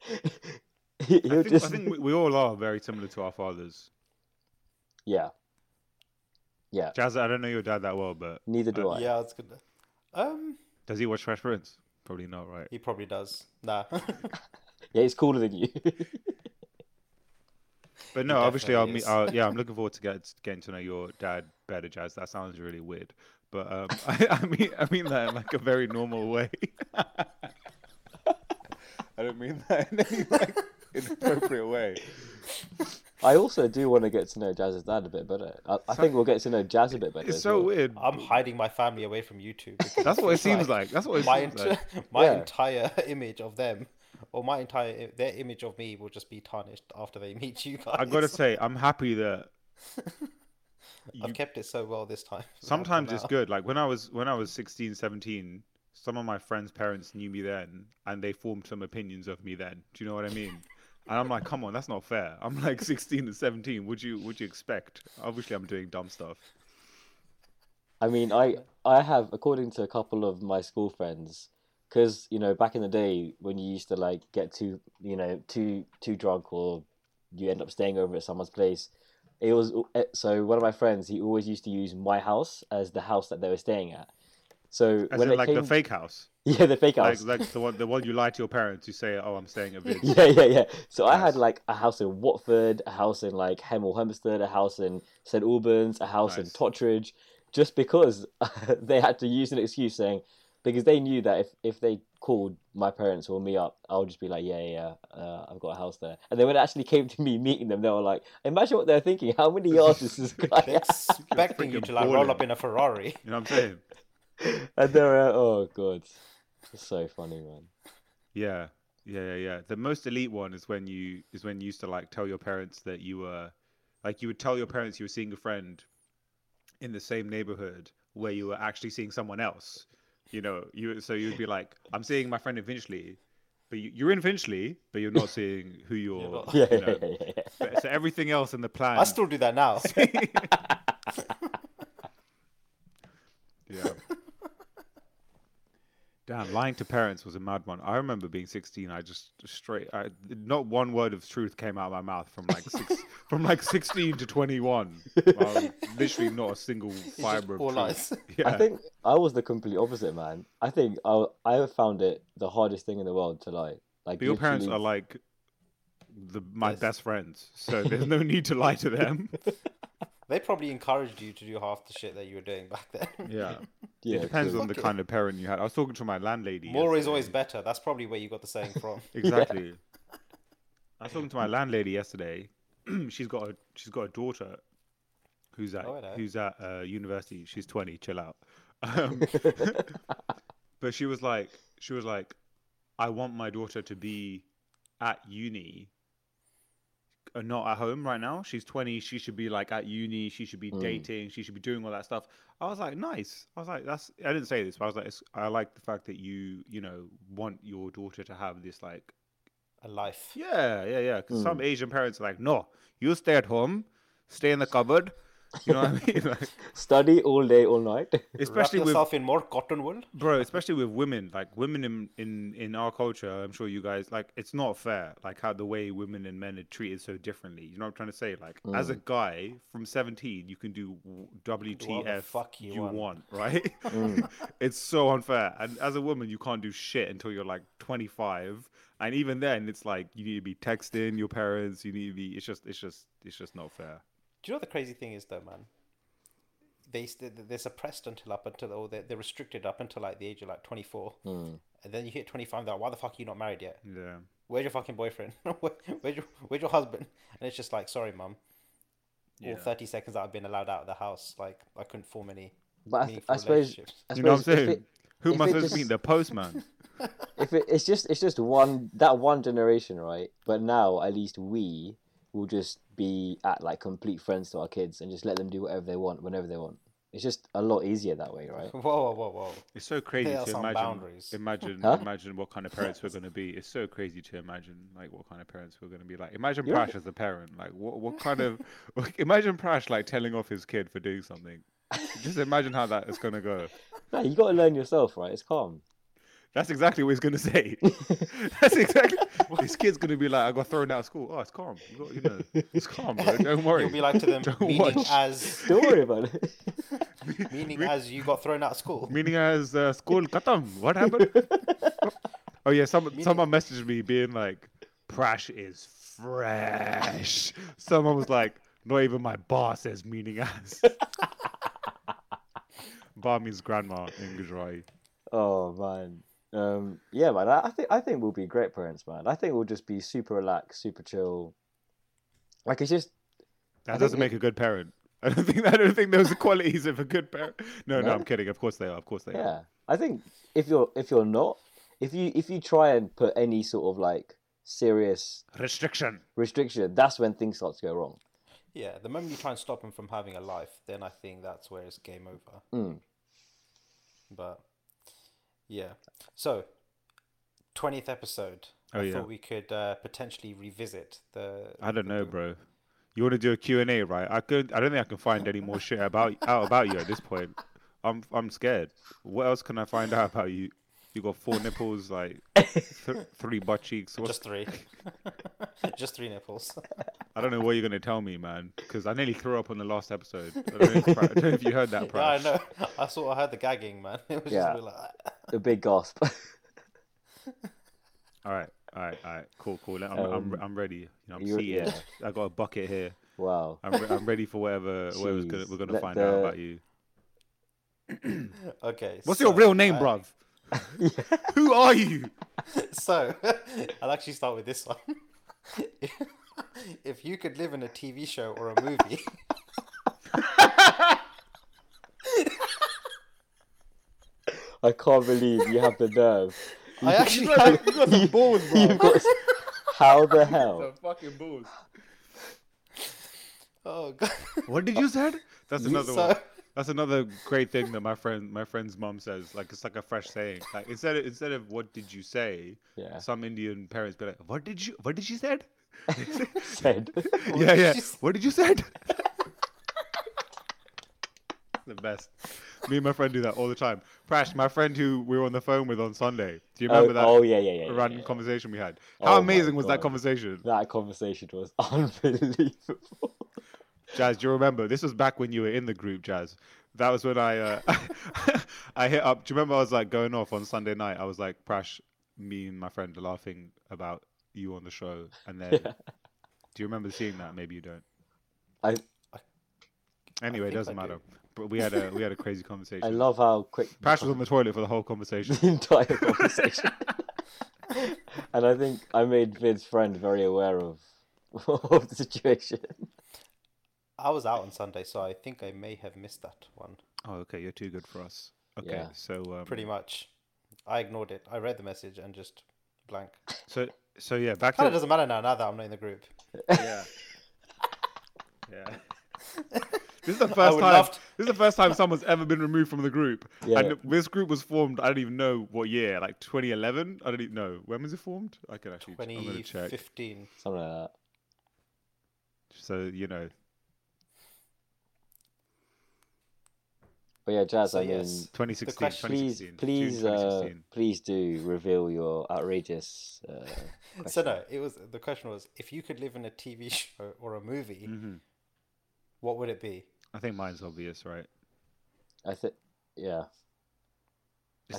he, I he'll think, just I think we, we all are very similar to our fathers. yeah. Jazz, I don't know your dad that well, but Neither do I. yeah, it's good. Um, does he watch Fresh Prince? Probably not, right? he probably does. Nah. Yeah, he's cooler than you. But no, obviously, I'll definitely meet. is. I'll, yeah, I'm looking forward to get, getting to know your dad better, Jazz. That sounds really weird, but um, I, I mean, I mean that in like a very normal way. I don't mean that in any like inappropriate way. I also do want to get to know Jazz's dad a bit better. I, I think we'll get to know Jazz a bit better. It's as so well. weird. I'm hiding my family away from YouTube. because That's what it it's seems like. That's what it my seems ent- like. my Yeah. entire image of them, or my entire their image of me will just be tarnished after they meet you guys. I gotta say, I'm happy that I've kept it so well this time. I've sometimes come it's out. good like when i was when i was 16 17 some of my friends parents knew me then and they formed some opinions of me then do you know what i mean and i'm like come on that's not fair i'm like 16 and 17 would you would you expect obviously i'm doing dumb stuff I mean, I I have, according to a couple of my school friends, because you know, back in the day when you used to like get too, you know, too too drunk or you end up staying over at someone's place. It was eh, so one of my friends. He always used to use my house as the house that they were staying at. So as when in it like came, the fake house yeah, the fake like, house. like the one the one you lie to your parents you say oh i'm staying at Vid's. Yeah, yeah, yeah. So I had Nice. like a house in Watford, a house in like Hemel Hempstead, a house in St Albans, a house in Nice. Totteridge, just because they had to use an excuse saying because they knew that if if they called my parents or me up, I'll just be like, yeah, yeah, yeah, uh, I've got a house there. And then when it actually came to me meeting them, they were like, imagine what they're thinking. How many yards does this guy They're expecting you freaking to like roll up balling. in a Ferrari. you know what i'm saying have? And they were, oh god, it's so funny, man. Yeah, yeah, yeah, yeah. The most elite one is when you is when you used to like tell your parents that you were, like, you would tell your parents you were seeing a friend in the same neighborhood where you were actually seeing someone else. You know, you so you'd be like, I'm seeing my friend in Finchley, but you, you're in Finchley, but you're not seeing who you're. not- Yeah, you yeah, know. yeah, yeah, yeah. So, so everything else in the plan. I still do that now. Yeah. Damn, lying to parents was a mad one. I remember being 16. I just straight, I, not one word of truth came out of my mouth from like six, from like 16 to 21. Well, literally not a single just fiber of all truth. lies. Yeah. I think I was the complete opposite, man. I think I I found it the hardest thing in the world to lie. Like but your parents literally- are like the my Yes. best friends, so there's no need to lie to them. they probably encouraged you to do half the shit that you were doing back then. Yeah. yeah, it depends true. on the Okay. kind of parent you had. I was talking to my landlady. More is yesterday. always better. That's probably where you got the saying from. Exactly. I was talking to my landlady yesterday. she's got a she's got a daughter who's at Oh, hello. who's at uh, university. She's twenty. Chill out. Um, but she was like she was like, I want my daughter to be at uni. uh, Not at home right now. She's twenty. She should be like at uni. She should be Mm. dating. She should be doing all that stuff. I was like, nice. I was like, that's. I didn't say this, but I was like, it's, I like the fact that you, you know, want your daughter to have this like A life. Hmm. yeah, yeah, yeah. 'Cause some Asian parents are like, no, you stay at home, stay in the cupboard, You know what I mean? Like, Study all day, all night. especially Wrap with yourself in more cotton wool. bro especially with women like women in, in in our culture i'm sure you guys like it's not fair like how the way women and men are treated so differently you know what i'm trying to say like as Mm. a guy from 17 you can do w- wtf fuck you want. Mm. right it's so unfair and as a woman you can't do shit until you're like 25 and even then it's like you need to be texting your parents you need to be it's just it's just it's just not fair Do you know what the crazy thing is though, man? They s- they- they're suppressed until up until or they're, they're restricted up until like the age of like twenty four, and then you hit twenty five. Like, why the fuck are you not married yet? yeah Where's your fucking boyfriend? Where, where's your where's your husband? And it's just like, sorry, mum. All Yeah. thirty seconds that I've been allowed out of the house, like I couldn't form any. But I, th- I Meaningful suppose, relationships. I suppose you know what i'm if, saying it, who if am i it supposed to be just- the postman if it, it's just it's just one that one generation, right? But now at least we will just be at like complete friends to our kids and just let them do whatever they want whenever they want. It's just a lot easier that way, right? Whoa, whoa, whoa, whoa! It's so crazy There to are some imagine. boundaries. Imagine, Huh? imagine what kind of parents we're going to be. It's so crazy to imagine, like what kind of parents we're going to be. Like, imagine You're- Prash as a parent. Like, what, what kind of? imagine Prash like telling off his kid for doing something. Just imagine how that is going to go. No, you got to learn yourself, right? It's calm. That's exactly what he's going to say. That's exactly. This kid's going to be like, I got thrown out of school. Oh, it's calm. You, got, you know, it's calm, bro. Don't worry. You'll be like to them, Don't meaning watch. as Don't worry about it. meaning as you got thrown out of school. Meaning as uh, school katam. What happened? oh yeah, some, someone messaged me being like, "Prash is fresh." Someone was like, "Not even my bar says meaning as." bar means grandma in Gujarati. Oh man, um, yeah, man. I, I think I think we'll be great parents, man. I think we'll just be super relaxed, super chill. Like it's just That think doesn't make a good parent. I don't think I don't think those are qualities of a good parent. No, no, No? I'm kidding. Of course they are. Of course they are. yeah. I think if you're if you're not, if you if you try and put any sort of like serious Restriction. restriction, that's when things start to go wrong. Yeah, the moment you try and stop them from having a life, then I think that's where it's game over. Mm. But yeah, so twentieth episode. Oh, I yeah. thought we could uh, potentially revisit the. I don't know, bro. You want to do a Q&A, right? I could I don't think I can find any more shit about out about you at this point. I'm I'm scared. What else can I find out about you? You got four nipples, like th- three butt cheeks. What's, Just three, just three nipples. I don't know what you're gonna tell me, man, because I nearly threw up on the last episode. I don't know if, I don't know if you heard that, yeah, I Prash. know. I saw. I heard the gagging, man. It was Yeah. just like, A big gasp. All right, all right, all right. Cool, cool. I'm I'm, Um, I'm ready. You know, I'm you're- seated. yeah. I got a bucket here. wow. I'm re- I'm ready for whatever whatever's gonna, Jeez, we're gonna let find out the- about you. okay. What's so, your real name, uh, bruv? Who are you? So, I'll actually start with this one. if you could live in a TV show or a movie, I can't believe you have the nerve. I actually You got, you got some balls, bro. You've got how the hell? Some fucking balls. Oh god. What did you said? That's another so- one. That's another great thing that my friend, my friend's mom says. Like it's like a fresh saying. Like instead of instead of what did you say? Yeah. Some Indian parents be like, what did you what did she said? Said. yeah, did yeah. she say? What did you said? the best. Me and my friend do that all the time. Prash, my friend who we were on the phone with on Sunday. Do you Oh, remember that oh yeah, yeah, yeah. yeah, random yeah. conversation we had? How Oh my amazing was that God. conversation? That conversation was unbelievable. Jazz, do you remember? This was back when you were in the group, Jazz. That was when I uh, I hit up. Do you remember I was like going off on Sunday night? I was like, Prash, me and my friend are laughing about you on the show. And then, Yeah. do you remember seeing that? Maybe you don't. I Anyway, it think doesn't I matter. do. But we had a we had a crazy conversation. I love how quick the Prash was on the toilet for the whole conversation. the entire conversation. and I think I made Vin's friend very aware of of the situation. I was out on Sunday, so I think I may have missed that one. oh, okay, you're too good for us. Okay, Yeah. so um, Pretty much. I ignored it. I read the message and just blank. so so yeah, back Kinda to doesn't matter now, now that I'm not in the group. Yeah. yeah. This is the I first would time. love to- This is the first time someone's ever been removed from the group. Yeah. And this group was formed. I don't even know what year. Like 2011. I don't even know when was it formed. I can actually. I'm gonna check. 2015. Something like that. So you know, But yeah, Jazz, So, I mean, yes. 2016, question- please, 2016, please, June uh, 2016. please do reveal your outrageous. Uh, So question. no, it was the question was if you could live in a TV show or a movie, Mhm. what would it be? I think mine's obvious, right? I think, yeah, It's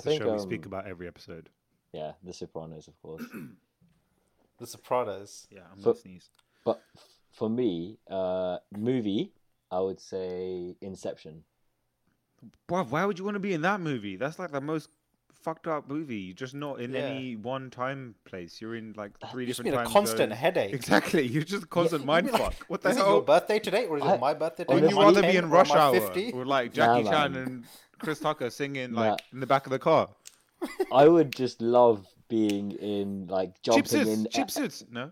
I the think, show we speak um, about every episode. yeah, The Sopranos, of course. The Sopranos. Yeah, I'm So- gonna sneeze. But f- for me, uh, movie, I would say Inception. Why, why would you want to be in that movie? That's like the most fucked up movie. You're just not in Yeah. any one time place. You're in like three You've just different been a time constant zones. headache. Exactly. You're just constant you mind mean, fuck. like, What the is it your hell? birthday today or is it I- my birthday today? Wouldn't Wouldn't you Am I rather be in Rush Hour 50? with like Nah, Jackie Chan man. and Chris Tucker singing Nah. like in the back of the car? I would just love being in like Chip jumping in, uh, suits. Chip suits. No.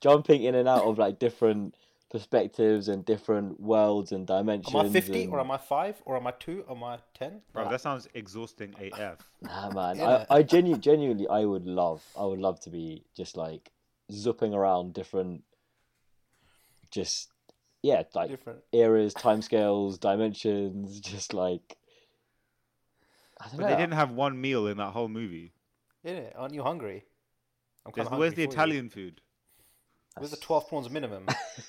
jumping in and out of like different perspectives and different worlds and dimensions. Am I 50 and- or am I 5 or am I 2 or am I 10? Bro, that sounds exhausting AF. Nah, man, I, Innit? I genu- genuinely, I would love, I would love to be just like zipping around different, just yeah, like Different. eras, timescales, dimensions, just like I don't But know. they didn't have one meal in that whole movie. Yeah, aren't you hungry? I'm There's, kinda where's the hungry for you. Italian food? Where's the 12 prawns minimum?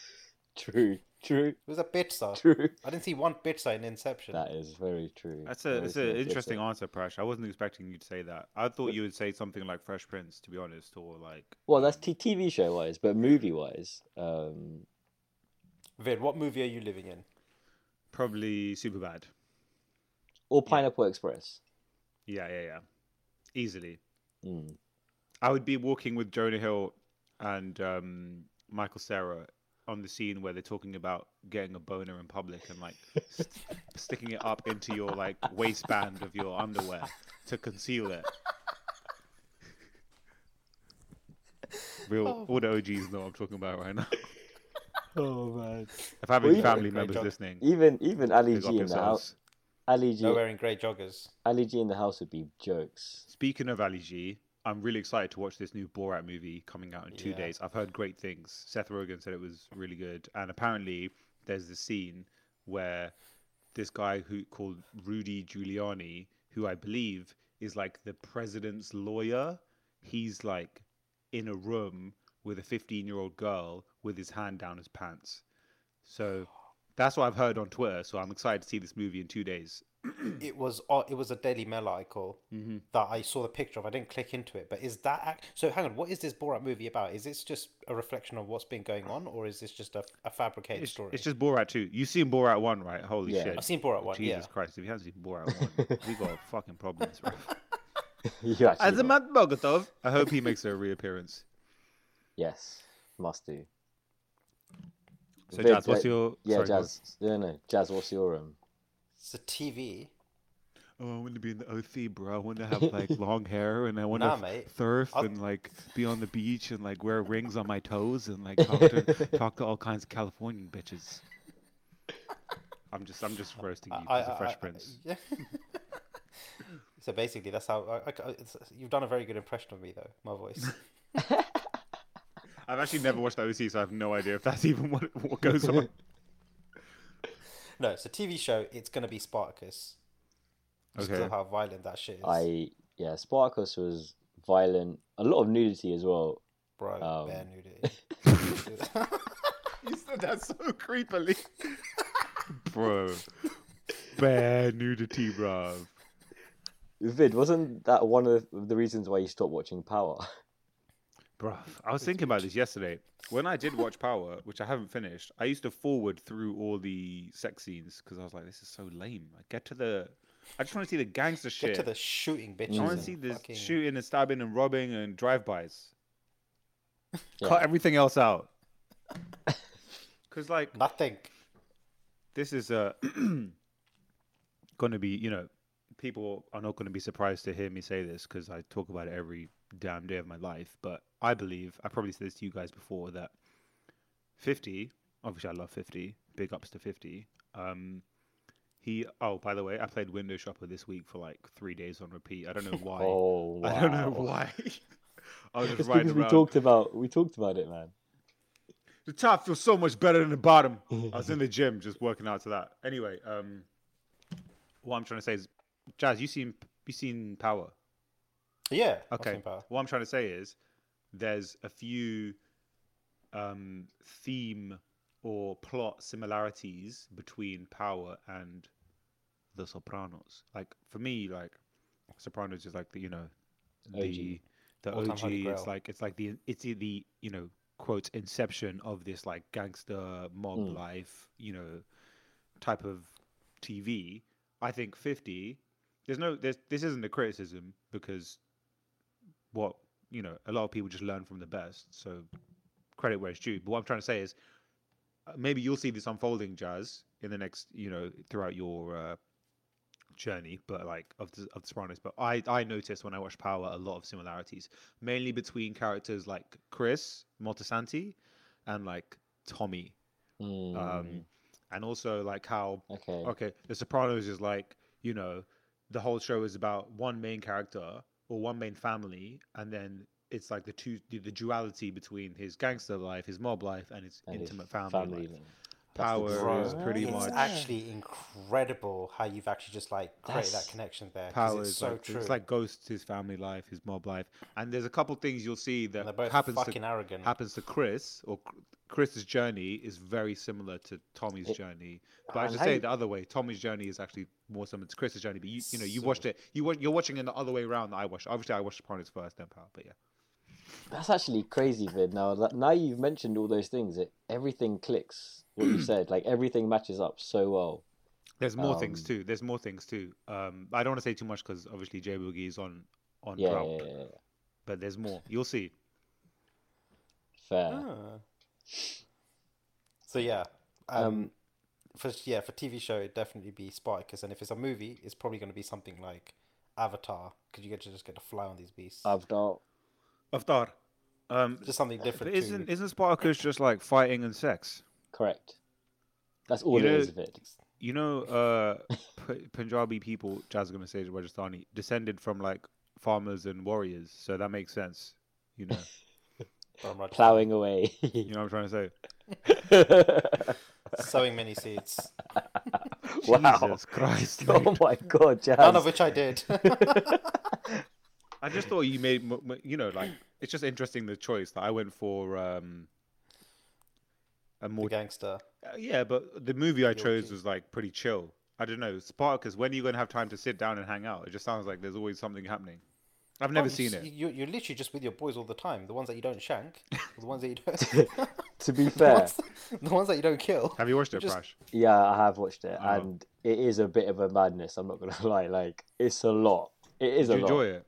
True, true, Where's a pizza? true. I didn't see one pizza in Inception. That is very true. That's a That that's is very an true. interesting answer, Prash. I wasn't expecting you to say that. I thought you would say something like Fresh Prince, to be honest, or like. Well, that's t- TV show wise, but movie wise, um, Vid, what movie are you living in? probably super bad. or Pineapple Express. Yeah, yeah, yeah. Easily, Mm. I would be walking with Jonah Hill and um, Michael Sarah on the scene where they're talking about getting a boner in public and like st- sticking it up into your like waistband of your underwear to conceal it. Real, all the OGs know what I'm talking about right now. Oh man! If I have Well, any you- family Great members job. listening, Even even Ali big up G in the house. yourselves. Ali G, No wearing grey joggers. Ali G in the house would be jokes. Speaking of Ali G, I'm really excited to watch this new Borat movie coming out in two Yeah. days. I've heard great things. Seth Rogen said it was really good, and apparently there's the scene where this guy who called Rudy Giuliani, who I believe is like the president's lawyer, he's like in a room with a 15 year old girl with his hand down his pants. So that's what I've heard on Twitter. So I'm excited to see this movie in two days. It was oh, it was a Daily Mail article Mm-hmm. that I saw the picture of. I didn't click into it, but is that act- so? Hang on, what is this Borat movie about? Is this just a reflection of what's been going on, or is this just a, a fabricated It's, story? it's just Borat 2. You've seen Borat 1, right? Holy Yeah. shit. I've seen Borat one. Jesus yeah. Christ, if you haven't seen Borat 1, we got fucking problems, bro. You actually got- Azamat Bogotov. I hope he makes a reappearance. yes, must do. So, Viv, Jazz, what's yeah- your. Yeah, Sorry, go on. Jazz. No, no, Jazz. What's your um? It's a TV. Oh, I want to be in the OC, bro. I want to have like long hair and I want to Nah, mate. surf I'll- and like be on the beach and like wear rings on my toes and like talk to, talk to all kinds of Californian bitches. I'm just I'm just roasting you as a Fresh Prince. yeah. so basically, that's how I, I, it's, you've done a very good impression of me, though. My voice. I've actually never watched the OC, so I have no idea if that's even what, what goes on. no, it's a TV show. It's gonna be Spartacus. Just 'cause Okay. of how violent that shit is, I yeah, Spartacus was violent. A lot of nudity as well. bro. um, Bare nudity. You said that so creepily. bro. Bare nudity, bro. Vid, wasn't that one of the reasons why you stopped watching Power? Bruh, I was thinking about this yesterday. When I did watch Power, which I haven't finished, I used to forward through all the sex scenes because I was like, this is so lame. Like, get to the. I just want to see the gangster Get shit. to the shooting, bitches. I Mm. want to see and the fucking- shooting and stabbing and robbing and drive-bys. Yeah. Cut everything else out. Because, like, Nothing. this is uh, going to be, you know, people are not going to be surprised to hear me say this because I talk about it every damn day of my life. But I believe, I probably said this to you guys before, that 50, obviously I love 50, big ups to 50. Um, he, oh, by the way, I played Window Shopper this week for like three days on repeat. I don't know why. Oh, wow. I don't know why. I was It's just riding because we around. talked about we talked about it, man. the top feels so much better than the bottom. I was in the gym just working out to that. Anyway, um, what I'm trying to say is, Jazz, you seen you seen Power? Yeah. I've Okay. seen Power. What I'm trying to say is, there's a few um, theme or plot similarities between Power and The Sopranos. Like for me, like Sopranos is like the you know the OG. the All-time OG. holy It's grail. like it's like the it's the- the you know quote inception of this like gangster mob Mm. life you know type of TV. I think 50. There's no. There's, this isn't a criticism because what you know, a lot of people just learn from the best. So credit where it's due. But what I'm trying to say is, uh, maybe you'll see this unfolding, Jazz, in the next you know throughout your uh, journey. But like of the, of the Sopranos. But I I noticed when I watched Power a lot of similarities, mainly between characters like Chris Moltisanti and like Tommy, Mm, um, and also like how Hmm, okay. okay the sopranos is like you know the whole show is about one main character or one main family and then it's like the two the, the duality between his gangster life his mob life and his And his intimate family, life. then. power That's the Bro, is dream. pretty it's much actually incredible how you've actually just like created That's- that connection there. 'cause power it's is so like, true. it's like ghosts his family life his mob life and there's a couple things you'll see and they're that both happens fucking to Mm. arrogant. happens to chris or Chr- chris's journey is very similar to tommy's It- journey but i and should how say you- it the other way tommy's journey is actually more similar to chris's journey but you you know you watched it you wa- you're watching it the other way around that i watched obviously i watched sopranos first then power but yeah That's actually crazy, Vid. Now, that, now you've mentioned all those things, it, everything clicks. What you said, like everything matches up so well. There's more things Um, too. There's more things too. Um, I don't want to say too much because obviously J Boogie is on on Yeah, drought, yeah, yeah, yeah. but there's more. You'll see. fair. Ah. So yeah, um, for yeah for TV show it'd definitely be Spartacus, and if it's a movie, it's probably going to be something like Avatar, because you get to just get to fly on these beasts. I've got Aftar. Um, just something different. but to- isn't isn't Spartacus just like fighting and sex? correct. That's all You it know- is, Vid. You know, uh, P- Punjabi people, Jazz is gonna say Rajasthani, descended from like farmers and warriors, so that makes sense. You know, Bum Rush Plowing away. you know what I'm trying to say. sowing many seeds. wow. Jesus Christ! Oh dude. my god, Jazz. None of which I did. I just thought you made, mo- mo- you know, like it's just interesting the choice that I went for um, a the more gangster. Uh, Yeah, but the movie I Guilty. chose was like pretty chill. I don't know, Spartacus. When are you going to have time to sit down and hang out? It just sounds like there's always something happening. I've never Oh, seen s- it. You, you're literally just with your boys all the time. The ones that you don't shank, or the ones that you don't. to be the, fair, ones, the ones that you don't kill. Have you watched it, just- Prash? yeah, I have watched it, I know. and it is a bit of a madness. I'm not gonna lie. Like, it's a lot. It is Did a you lot. enjoy it?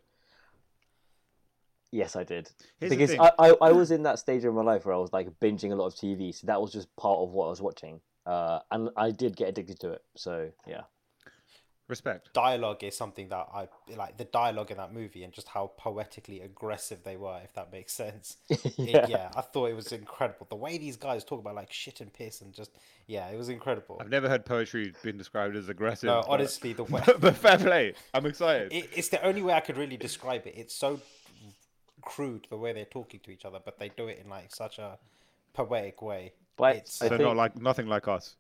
Yes, I did. Here's the because thing. I, I, I was in that stage of my life where I was like binging a lot of TV, so that was just part of what I was watching. Uh, and I did get addicted to it. So yeah, Respect. dialogue is something that I like the dialogue in that movie and just how poetically aggressive they were, if that makes sense. It- Yeah. yeah, I thought it was incredible. The way these guys talk about like shit and piss and just yeah, it was incredible. I've never heard poetry being described as aggressive. No, but- honestly, the way But, fair play. I'm excited. it, it's the only way I could really describe it. It's so crude the way they're talking to each other, but they do it in like such a poetic way. But it's uh, I They're think- not like nothing like us.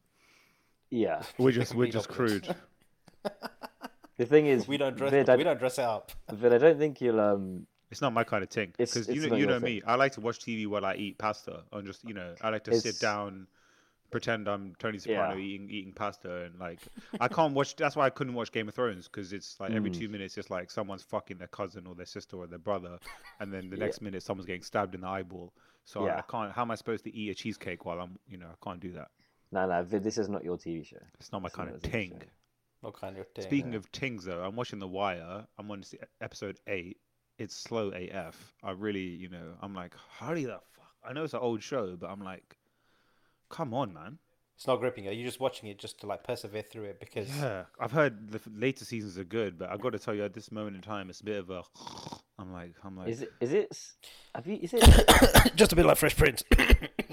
yeah. We're just we're complete just opposite. crude. The thing is, we don't dress Vid, I, we don't dress it up. Vid, I don't think you'll um. It's not my kind of thing. It's- Because it's you know not you your know thing. me. I like to watch TV while I eat pasta and just you know I like to It's- sit down, pretend I'm Tony Soprano Yeah. eating eating pasta and like I can't watch. That's why I couldn't watch Game of Thrones because it's like every Mm. two minutes it's like someone's fucking their cousin or their sister or their brother, and then the next minute someone's getting stabbed in the eyeball. So I Yeah. can't. How am I supposed to eat a cheesecake while I'm you know I can't do that. No, no, Vid, this is not your TV show. It's not my It's kind not of as ting. interesting. Not kind of thing. Speaking of tings, though, I'm watching The Wire. I'm on se- episode eight. It's slow AF. I really, you know, I'm like, hurry the fuck. I know it's an old show, but I'm like, come on, man. it's not gripping you. You're just watching it just to like persevere through it because Yeah, I've heard the f- later seasons are good, but I've got to tell you, at this moment in time, it's a bit of a. I'm like, I'm like, Is it? Is it? s- Have you? Is it? just a bit like Fresh Prince.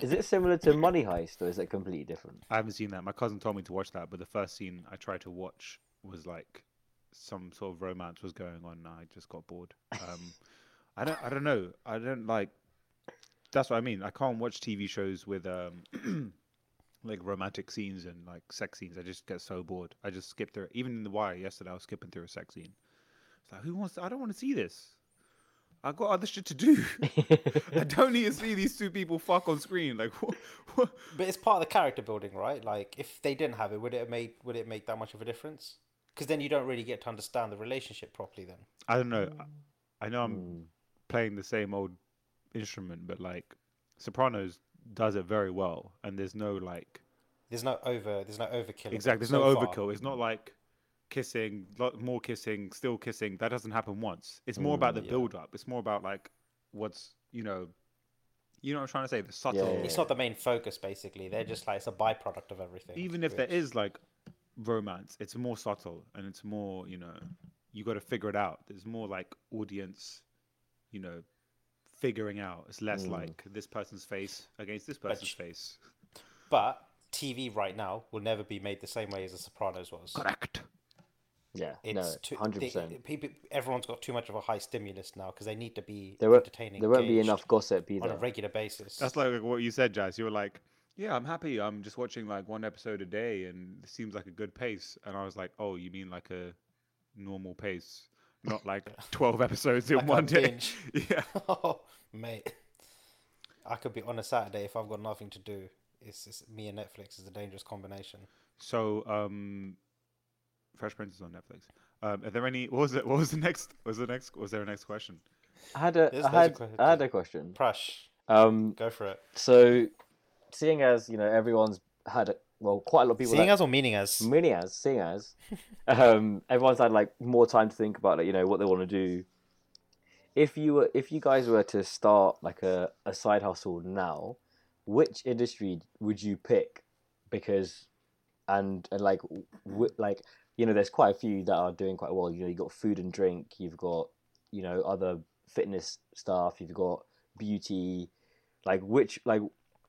is it similar to Money Heist, or is it completely different? I haven't seen that. My cousin told me to watch that, but the first scene I tried to watch was like some sort of romance was going on. And I just got bored. Um, I don't. I don't know. I don't like. That's what I mean. I can't watch TV shows with um, like romantic scenes and like sex scenes. I just get so bored. I just skip through. it. Even in the wire yesterday, I was skipping through a sex scene. It's like, who wants? I don't want to see this. I got other shit to do. I don't need to see these two people fuck on screen. Like, what? what? But it's part of the character building, right? Like, if they didn't have it, would it have made would it make that much of a difference? Because then you don't really get to understand the relationship properly. Then I don't know. I, I know I'm Mm. Hmm, playing the same old instrument, but like Sopranos does it very well, and there's no like there's no over. There's no overkill. exact. There's so no far. overkill. It's not like kissing, lo- more kissing, still kissing. That doesn't happen once. It's more Mm, about the build up. It's more about like what's you know, you know what I'm trying to say. The subtle. yeah, It's not the main focus. Basically, they're just like it's a byproduct of everything. Even if there which- is like romance, it's more subtle and it's more you know, you got to figure it out. There's more like audience, you know, figuring out. It's less Mm. like this person's face against this person's sh- face. but TV right now will never be made the same way as The Sopranos was. Correct. yeah, It's too, no, hundred they- percent. people, everyone's got too much of a high stimulus now because they need to be There won't entertaining. there won't be engaged enough gossip on a either. regular basis. That's like what you said, Jazz. You were like, "Yeah, I'm happy. I'm just watching like one episode a day, and it seems like a good pace." And I was like, "Oh, you mean like a normal pace, not like 12 episodes in Like a one day?" binge. yeah, oh, mate, I could be on a Saturday if I've got nothing to do. It's, it's me and Netflix is a dangerous combination. So, um, Fresh Prince is on Netflix. Um, are there any? What was it? What was the next? Was the next? Was there a next question? I had a There's I had loads of questions. I had a question. Prash, Um, go for it. so seeing as you know everyone's had a, well quite a lot of people Seeing that- as or meaning as? many as seeing as um, everyone's had like more time to think about like you know what they want to do if you were if you guys were to start like a, a side hustle now which industry would you pick because and and like w- like you know there's quite a few that are doing quite well you know you've got food and drink you've got you know other fitness stuff you've got beauty like which like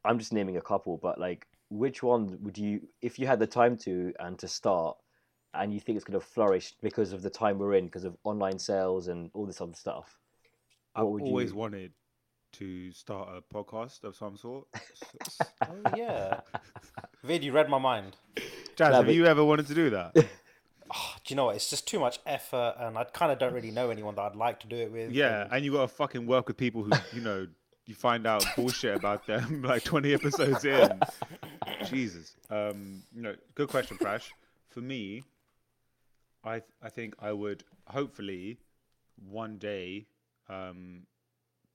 i'm just naming a couple but like which one would you if you had the time to and to start and you think it's going to flourish because of the time we're in because of online sales and all this other stuff I've What would always you- wanted to start a podcast of some sort. S- Oh, yeah. Vid, you read my mind. Jazz, Nah, have but- you ever wanted to do that? Oh, do you know what? It's just too much effort, and I kind of don't really know anyone that I'd like to do it with. Yeah, and- and you got to fucking work with people who you know you find out bullshit about them like 20 episodes in. Jesus. Um, no, good question, Prash. For me, I th- I think I would hopefully one day um,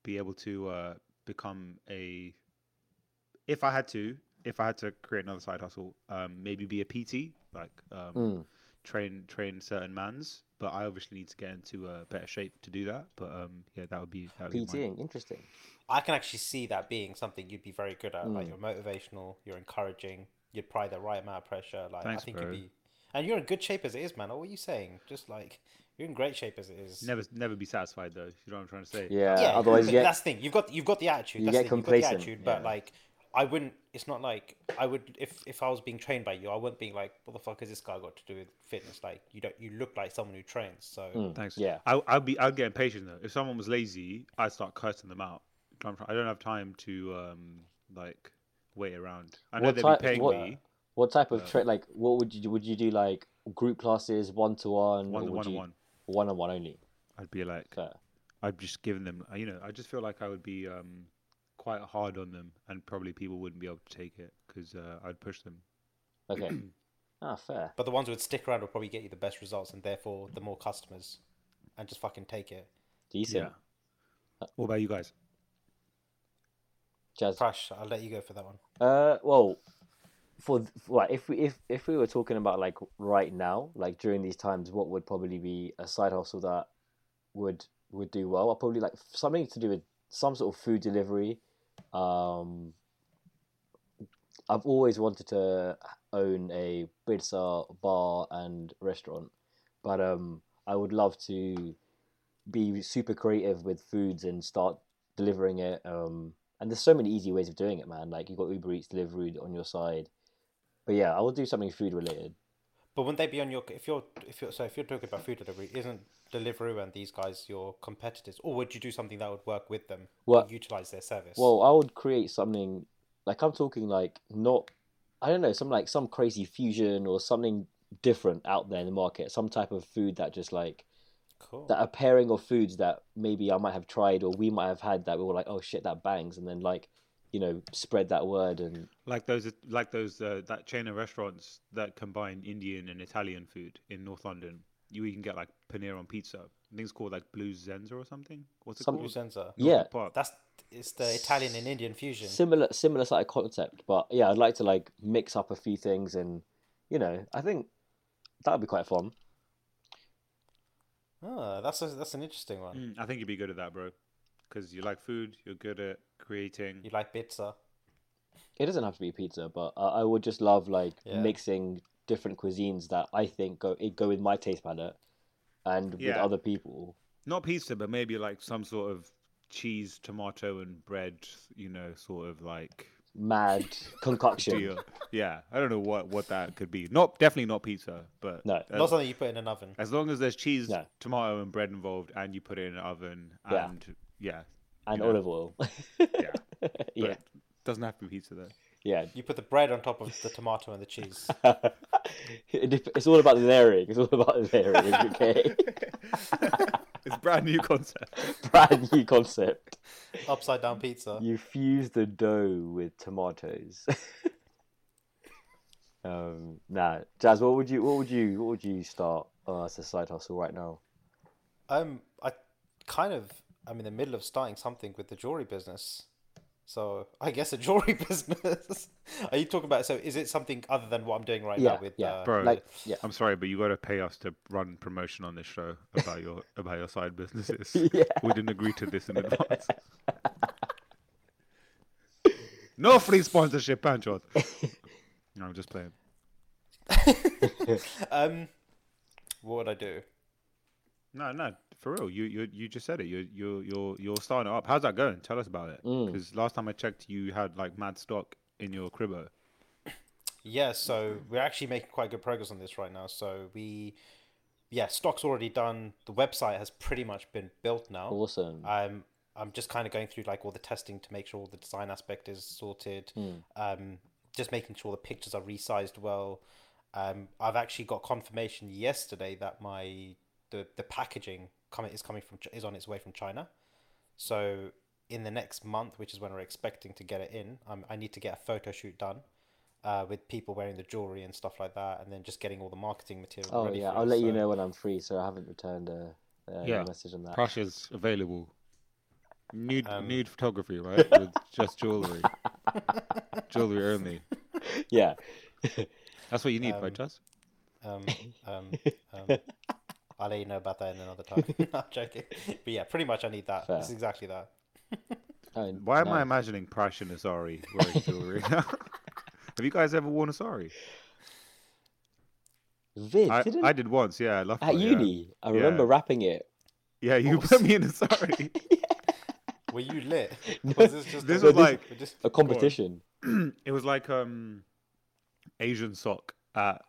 be able to uh, become a if I had to if I had to create another side hustle, um, maybe be a PT like um, Mm. train train certain mans. But I obviously need to get into a better shape to do that. But um, yeah, that would be that would be mine. pting interesting I can actually see that being something you'd be very good at. Mm. Like you're motivational, you're encouraging, you'd apply the right amount of pressure. Like Thanks, I think bro. you'd be, and you're in good shape as it is, man. What were you saying? Just like you're in great shape as it is. Never never be satisfied though. You know what I'm trying to say? yeah, yeah, Uh, otherwise you but get that's the thing. You've got you've got the attitude. you that's the get thing, you've complacent, got the attitude, but yeah. like I wouldn't. It's not like I would if if I was being trained by you. I wouldn't be like, what the fuck has this guy got to do with fitness? Like you don't. You look like someone who trains. So Hmm. Thanks. Yeah. I, I'd be. I'd get impatient though. If someone was lazy, I'd start cursing them out. I'm try- I don't have time to um like wait around. I know What they'd type- be paying what- me What type of tra Like, what would you do? Would you do like group classes, one to one, one one on one. one on one only? I'd be like, Fair. I'd just given them. You know, I just feel like I would be um quite hard on them, and probably people wouldn't be able to take it because uh, I'd push them. Okay. ah, fair. But the ones who would stick around will probably get you the best results and therefore the more customers and just fucking take it. Decent. Uh, What about you guys? Jazz. Crash, I'll let you go for that one. Uh, well, for th- for, like, if we if if we were talking about like right now, like during these times, what would probably be a side hustle that would would do well? I'll probably like f- something to do with some sort of food delivery. Um, I've always wanted to own a pizza bar and restaurant, but um, I would love to be super creative with foods and start delivering it. Um, and there's so many easy ways of doing it, man. Like you've got Uber Eats delivery on your side. But yeah, I will do something food related. But wouldn't they be on your if you're if you're so if you're talking about food delivery, isn't Deliveroo and these guys your competitors? Or would you do something that would work with them? Well- Utilize their service. Well, I would create something like I'm talking like not. I- I don't know, some like some crazy fusion or something different out there in the market, some type of food that just like Cool. that a pairing of foods that maybe I might have tried or we might have had that we were like, oh shit, that bangs, and then like, you know, spread that word and Like those, like those, uh, that chain of restaurants that combine Indian and Italian food in North London. You even get like paneer on pizza. I think it's called like Blue Zenza or something. What's it Some- called? Lucenza. yeah, Park. That's it's the Italian and Indian fusion. similar similar sort of concept. But yeah, I'd like to like mix up a few things and you know, I think that would be quite fun. Ah, that's a, that's an interesting one. Mm, I think you'd be good at that, bro. Because you like food, you're good at creating. You like pizza? It doesn't have to be pizza, but I, I would just love like Yeah. mixing different cuisines that I think go it go with my taste palette and with Yeah. other people. Not pizza, but maybe like some sort of cheese, tomato, and bread. You know, sort of like Mad concoction. deal. yeah, I don't know what what that could be. Not definitely not pizza, but No. as, Not something you put in an oven. as long as there's cheese, No. tomato, and bread involved, and you put it in an oven, Yeah. and yeah, and Yeah. olive oil. yeah, yeah, But doesn't have to be pizza though. yeah. You put the bread on top of the tomato and the cheese. It dep- it's all about the layering. It's all about the layering. Okay, It's a brand new concept. brand new concept. Upside down pizza. You fuse the dough with tomatoes. um, nah, Jazz. What would you? What would you? What would you start uh, as a side hustle right now? I'm I kind of I'm in the middle of starting something with the jewelry business. So I guess a jewelry business. Are you talking about? So is it something other than what I'm doing right Yeah, now with? yeah. Uh, Bro. Like, yeah, I'm sorry, but you got to pay us to run promotion on this show about your about your side businesses. Yeah. We didn't agree to this in advance. no free sponsorship, Panchot. No, I'm just playing. um, what would I do? No, no, for real. You you you just said it. You you you you're starting it up. How's that going? Tell us about it. Mm. Because last time I checked, you had like mad stock in your cribbo. Yeah, so we're actually making quite good progress on this right now. So we, yeah, stock's already done. The website has pretty much been built now. awesome. I'm I'm just kind of going through like all the testing to make sure all the design aspect is sorted. Hmm. Um, just making sure the pictures are resized well. Um, I've actually got confirmation yesterday that my the the packaging coming is coming from Ch- is on its way from China. So in the next month, which is when we're expecting to get it in, um, I need to get a photo shoot done. Uh, with people wearing the jewelry and stuff like that, and then just getting all the marketing material. oh ready yeah, for it, I'll let you so- know when I'm free. So I haven't returned a, a Yeah. message on that. Prushes available. Nude Um, nude photography, right? With just jewelry. jewelry only. Yeah, That's what you need, right, Um, Jazz? Um, um, um, I'll let you know about that in another time. No, I'm joking. But yeah, pretty much I need that. Fair. It's exactly that. Oh, Why am I nice. imagining Prash and Asari wearing jewelry? Have you guys ever worn Asari? Vid, I, didn't I did once, yeah. I loved at it, yeah. uni? I Yeah. remember rapping it. Yeah, you put me in Asari. Were you lit? No, Was this just this a- was like- we just- A competition. it was like um Asian sock at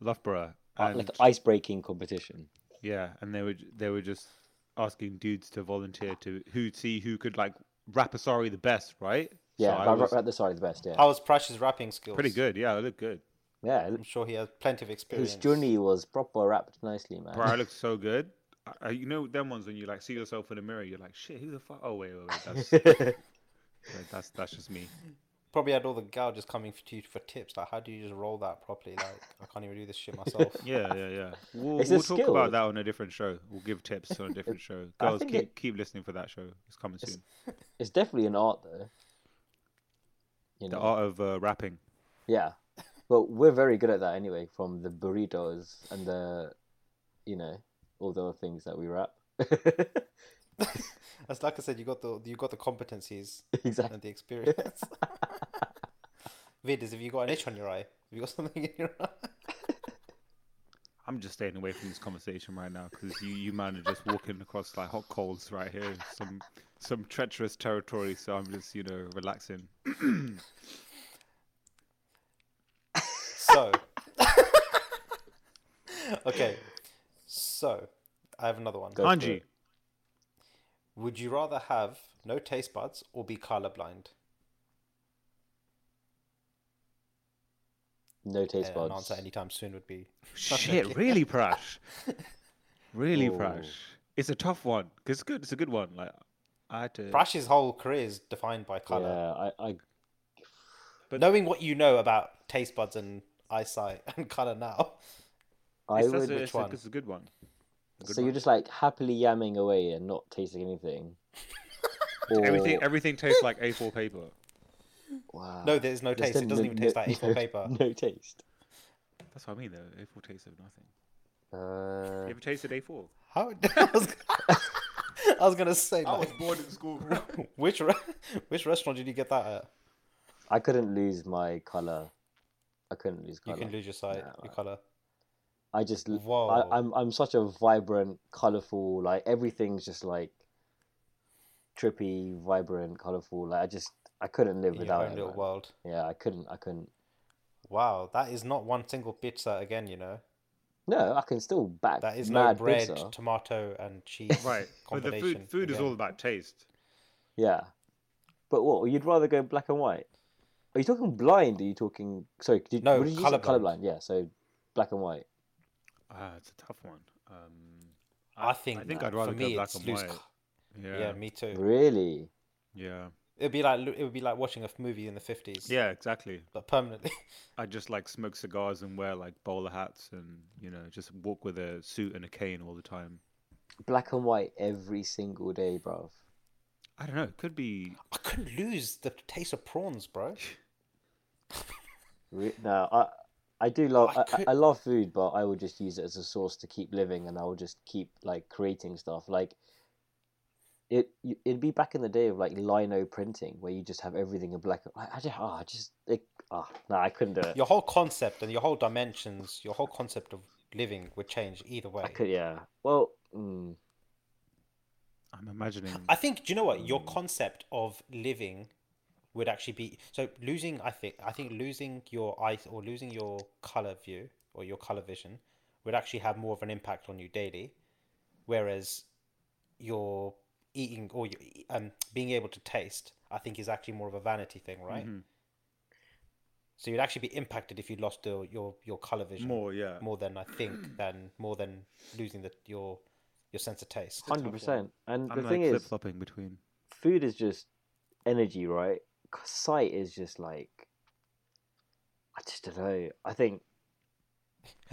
Loughborough. Uh, And, like ice breaking competition. yeah, and they were j- they were just asking dudes to volunteer to who see who could like rap Asari the best, right? Yeah, so I but was at the side is the best. Yeah, How was Prash's rapping skills? pretty good. Yeah, I looked good. yeah. I'm sure he has plenty of His experience. journey was proper wrapped nicely, man. Bro, I looked so good. I- I, you know them ones when you like see yourself in the mirror, you're like, shit, who the fuck? Oh wait, wait, wait, that's wait, that's that's just me. Probably had all the gal just coming to you for tips. Like, how do you just roll that properly? Like, I can't even do this shit myself. Yeah, yeah, yeah. We'll, It's a we'll talk skill. about that on a different show. We'll give tips on a different show. I Girls, think keep, it- keep listening for that show. It's coming soon. It's definitely an art, though. You The know, art of uh, rapping. yeah. But we're very good at that anyway. From the burritos and the, you know, all the other things that we wrap. As like I said, you got the you got the competencies exactly. and the experience. Vid, is have you got an itch on your eye? Have you got something in your eye? I'm just staying away from this conversation right now because you, you man are just walking across like hot coals right here, some some treacherous territory. So I'm just you know relaxing. So. okay. So, I have another one. Go. for Anji, it. Would you rather have no taste buds or be colorblind? No taste uh, an buds. answer anytime soon would be Shit, really, Prash. Really, Ooh. Prash. It's a tough one. 'cause it's good. It's a good one. Like I had to. Prash's whole career is defined by color. Yeah, I, I But knowing what you know about taste buds and eyesight and color now, I It's- that's would. a- Which it's, a, one? it's a good one. A good So you're one. just like happily yamming away and not tasting anything. or, everything. Everything tastes like A4 paper. wow. no, there's no There's taste. It still doesn't no- even taste no- like A4 no- paper. No taste. That's what I mean, though. A4 tastes of nothing. You Uh, ever tasted A4? How? I was, I was gonna say, like, bored in school. which re- which restaurant did you get that at? I couldn't lose my color. I couldn't lose You color. can lose your sight, Nah, your man. color. I just l- Whoa! I, I'm I'm such a vibrant, colorful. Like everything's just like trippy, vibrant, colorful. Like I just I couldn't live in your without own it. little man. world. Yeah, I couldn't. I couldn't. Wow, that is not one single pizza again. You know No, I can still back. that is no mad bread, pizza. tomato, and cheese. right, but the combination. food food is again. all about taste. Yeah, but what you'd rather go black and white? Are you talking blind? Are you talking sorry? Did, No, what did you say? colourblind. Colourblind, Yeah, so black and white. Ah, it's a tough one. Um, I think. I think that- I'd rather for go me, black it's and loose white. co- Yeah, Yeah. yeah, me too. Really? yeah, It'd be like it would be like watching a f- movie in the fifties. exactly. but permanently. I just like smoke cigars and wear like bowler hats and you know just walk with a suit and a cane all the time. Black and white every single day, bruv. I don't know. It could be. I couldn't lose the taste of prawns, bro. Re- No, I I do love I I, could- I, I love food, but I would just use it as a source to keep living, and I would just keep like creating stuff. Like it you- it'd be back in the day of like lino printing, where you just have everything in black. I, I just ah just it, ah no, I couldn't do it. Your whole concept and your whole dimensions, your whole concept of living would change either way. I could yeah. Well, mm, I'm imagining. I think. Do you know what? Your concept of living would actually be so losing. I think. I think losing your eyes or losing your color view or your color vision would actually have more of an impact on you daily, whereas your eating or your, um being able to taste, I think, is actually more of a vanity thing, right? Mhm. So you'd actually be impacted if you lost your your, your color vision More, yeah. more than I think than more than losing the, your your sense of taste. hundred percent. And I'm the like thing flip is, flopping between. food is just energy, right? C- Sight is just like I just don't know. I think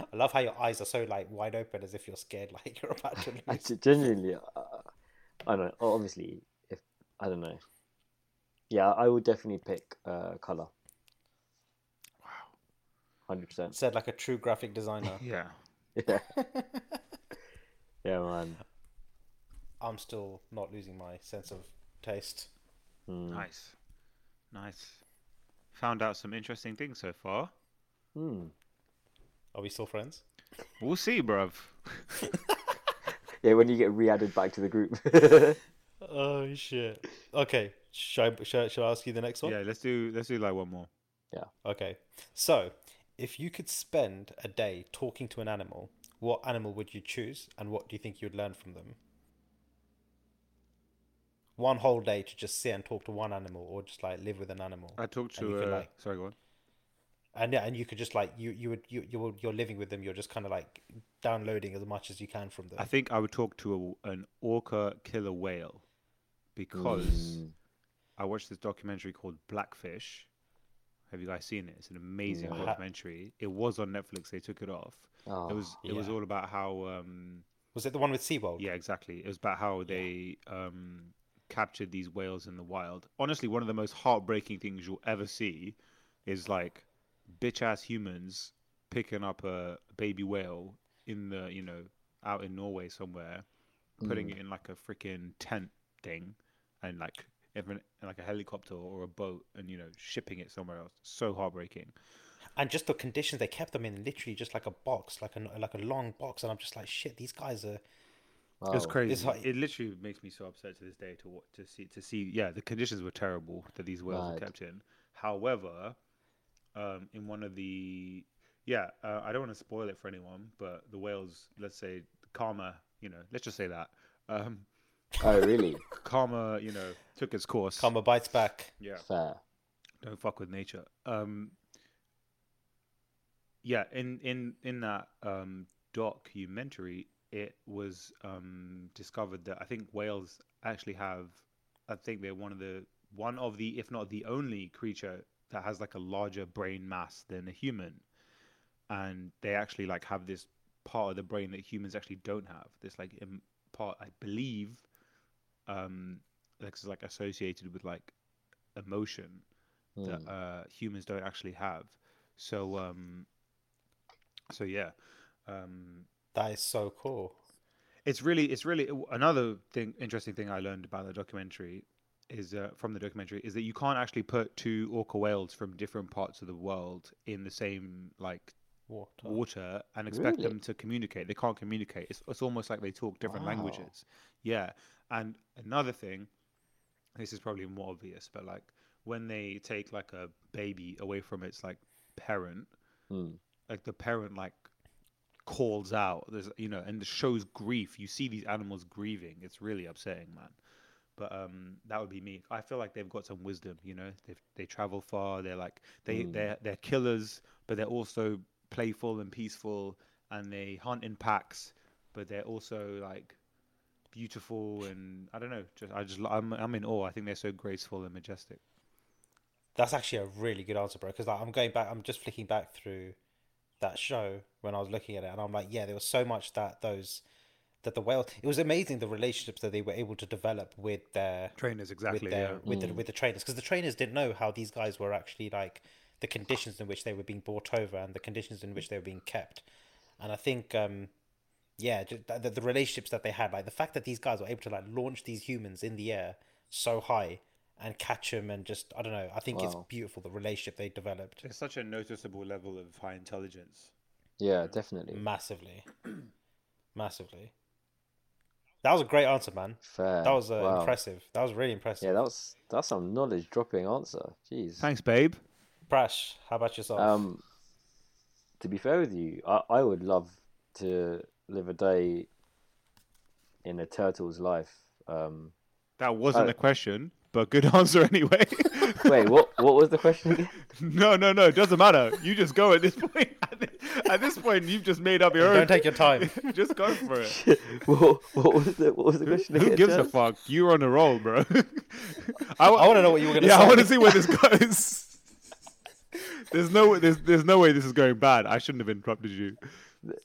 I love how your eyes are so like wide open as if you're scared, like you're about to I lose. ge- genuinely, uh, I don't know. Oh, Obviously, if I don't know, yeah, I would definitely pick uh, color. Wow. Hundred percent. Said like a true graphic designer. Yeah. Yeah. yeah, man. I'm still not losing my sense of taste. Mm. Nice. Nice. Found out some interesting things so far. Mm. Are we still friends? We'll see, bruv. Yeah, when you get re-added back to the group. Oh shit. Okay. Should I, should, I- should I ask you the next one? yeah, let's do let's do like one more. Okay. So, if you could spend a day talking to an animal, what animal would you choose and what do you think you'd learn from them? One whole day to just sit and talk to one animal or just like live with an animal. I talked And you to. can, Uh, like- Sorry, go on. And yeah, and you could just like you you would you you're you're living with them, you're just kind of like downloading as much as you can from them. I think I would talk to a, an orca killer whale because Mm. I watched this documentary called Blackfish. Have you guys seen it? It's an amazing No. documentary. It was on Netflix. They took it off. Oh, it was it was yeah. all about how um, Was it the one with SeaWorld? yeah exactly. It was about how they um, captured these whales in the wild. Honestly, one of the most heartbreaking things you'll ever see is like bitch ass humans picking up a baby whale in the you know out in Norway somewhere putting it in like a freaking tent thing and like even like a helicopter or a boat and you know shipping it somewhere else so heartbreaking And just the conditions they kept them in, literally just like a box, like a like a long box, and I'm just like, shit, these guys are wow. it was crazy Oh, It's like- it literally makes me so upset to this day to what to see to see yeah the conditions were terrible that these whales were Mad. kept in however um in one of the yeah uh, i don't want to spoil it for anyone but the whales let's say karma you know let's just say that um Oh, really? karma you know took its course karma bites back. yeah Fair. don't fuck with nature. Um, yeah, in in in that um, documentary, it was um, discovered that I think whales actually have, I think they're one of the one of the if not the only creature that has like a larger brain mass than a human, and they actually like have this part of the brain that humans actually don't have. This like im- part, I believe, um, that's like associated with like emotion that Hmm. uh, humans don't actually have. So um, so yeah, um, That is so cool. it's really it's really another thing interesting thing I learned about the documentary is uh, from the documentary is that you can't actually put two orca whales from different parts of the world in the same like Water. water and expect Really? them to communicate. They can't communicate. It's, it's almost like they talk different Wow. languages. Yeah. And another thing, this is probably more obvious, but like when they take like a baby away from its like parent, Hmm. Mm. like the parent like calls out, there's you know, and shows grief. You see these animals grieving. It's really upsetting, man. But um, that would be me. I feel like they've got some wisdom, you know. They they travel far. They're like they Mm. they're they're killers, but they're also playful and peaceful, and they hunt in packs. But they're also like beautiful and I don't know. Just I just I'm I'm in awe. I think they're so graceful and majestic. That's actually a really good answer, bro. Because like, I'm going back, I'm just flicking back through that show when I was looking at it, and I'm like, yeah, there was so much that those that the whale. It was amazing the relationships that they were able to develop with their Trainers, exactly. with their yeah. with the Mm. with the trainers because the trainers didn't know how these guys were actually like the conditions in which they were being brought over and the conditions in which they were being kept, and I think um yeah ju- the, the- the relationships that they had like the fact that these guys were able to like launch these humans in the air so high and catch them and just I don't know I think it's Wow. beautiful the relationship they developed There's such a noticeable level of high intelligence. Yeah, definitely. massively, massively. That was a great answer, man. Fair. That was uh, Wow. impressive. That was really impressive. Yeah, that was that's some knowledge dropping answer. Jeez. Thanks, babe. Prash, how about yourself? Um, to be fair with you, I, I would love to live a day in a turtle's life. Um, That wasn't Oh. a question, but good answer anyway. wait, what? What was the question? again? no, no, no. It doesn't matter. You just go at this point. At thi- At this point, you've just made up your own. Don't take your time. just go for it. what, what was the What was the question Who again, gives a Jazz? fuck? You're on a roll, bro. I wa- I want to know what you were going to yeah, say. I want to see where this goes. there's no, there's, there's no way this is going bad. I shouldn't have interrupted you.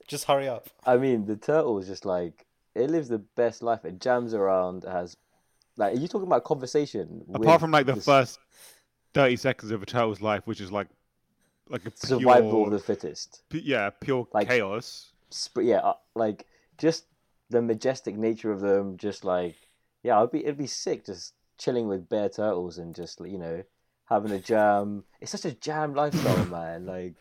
Just hurry up. I mean, the turtle is just like it lives the best life. It jams around. Has like, are you talking about conversation? with Apart from like the this first thirty seconds of a turtle's life, which is like, like a pure, survival of the fittest. pu- yeah, pure Like- chaos. sp- yeah, uh, like just the majestic nature of them. Just like yeah, I'd be it'd be sick just chilling with bear turtles and just you know having a jam. It's such a jam lifestyle, man. Like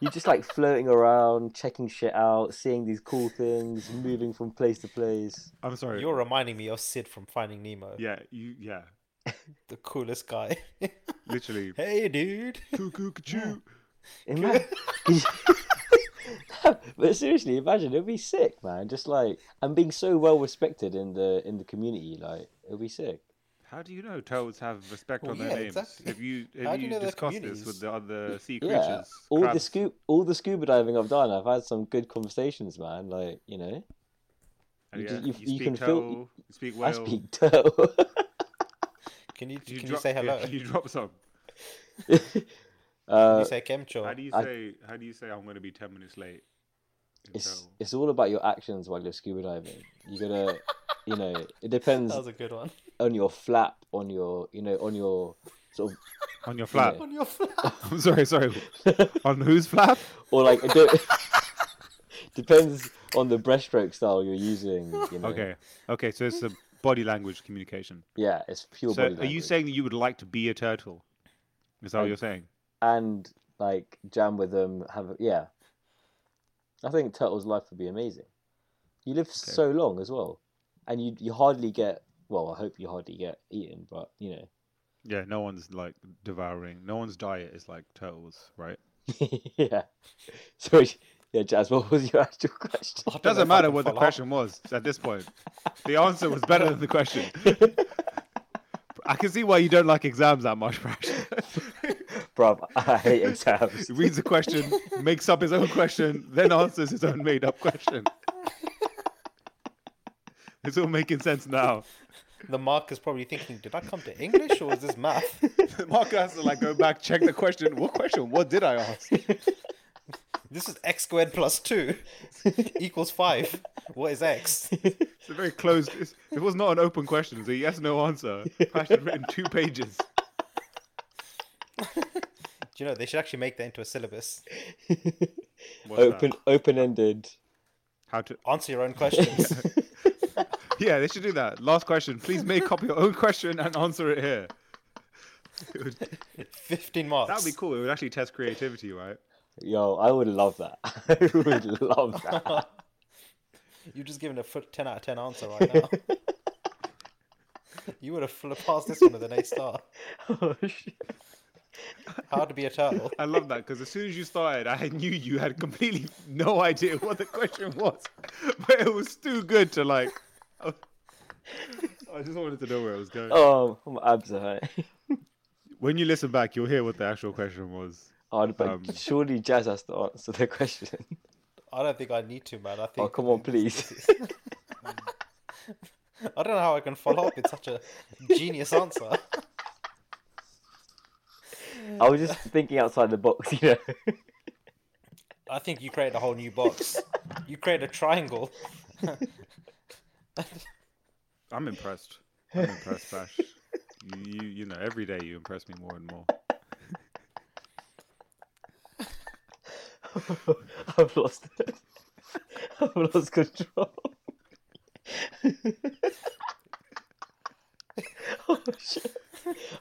you're just like floating around, checking shit out, seeing these cool things, moving from place to place. I'm sorry. You're reminding me of Sid from Finding Nemo, Yeah, you. Yeah, the coolest guy. literally. hey, dude. Cuckoo, cuckoo. Imagine, but seriously, imagine it'd be sick, man. Just like and being so well respected in the in the community, like it'd be sick. How do you know turtles have respect Well, on their yeah, names? exactly. Have you have How do you, you know their discussed this communities? with the other sea creatures? Yeah, all the crabs? scoop, all the scuba diving I've done, I've had some good conversations, man. Like you know, Oh, you yeah. ju- you- you speak can feel- turtle, you speak whale. I speak turtle. Can you, Do can you drop- say hello? do you drop some. Can uh, you say Kemcho? How do you I- say how do you say I'm going to be ten minutes late? in it's turtle? it's all about your actions while you're scuba diving. You gotta, you know, it depends That was a good one. on your flap, on your, you know, on your sort of, on your flap. Yeah. On your flap. I'm sorry, sorry. on whose flap? or like it de- depends on the breaststroke style you're using. You know, Okay, okay. So it's a body language communication. yeah, it's pure so are body you language. saying that you would like to be a turtle? Is that what Um, you're saying? and like jam with them. Have a- yeah, I think turtle's life would be amazing. You live so long as well, and you you hardly get well. I hope you hardly get eaten, but you know, Yeah. No one's like devouring. No one's diet is like turtles, right? yeah. So yeah, Jazz. What was your actual question? I don't know Doesn't if I matter can what the follow up. question was at this point. The answer was better than the question. I can see why you don't like exams that much, Prash. Bruv, I hate exams. He reads a question, makes up his own question, then answers his own made up question. It's all making sense now. The mark is probably thinking, did I come to English or is this math? Marco has to like go back, check the question. What question? What did I ask? This is x squared plus 2 equals 5. What is x? It's a very closed. It's, it was not an open question. It's a yes no answer. Question written two pages. Do you know, they should actually make that into a syllabus. What's that? open, open-ended. How to? Answer your own questions. Yeah, they should do that. Last question. Please make up your own question and answer it here. 15 marks. That would be cool. It would actually test creativity, right? Yo, I would love that. I would love that. You've just given a foot 10 out of 10 answer right now. you would have fl- passed this one with an A star. oh, shit. How to be a turtle. I love that because as soon as you started, I knew you had completely no idea what the question was, but it was too good to like. I just wanted to know where it was going. Oh, my abs are hurt. When you listen back, you'll hear what the actual question was. Oh, but Um, surely Jazz has to answer the question. I don't think I need to, man. I think Oh, come on, please. I don't know how I can follow up with such a genius answer. I was just thinking outside the box, you know. I think you create a whole new box. You create a triangle. I'm impressed. I'm impressed, Bash. You, you, you know, every day you impress me more and more. I've lost it. I've lost control. oh, shit.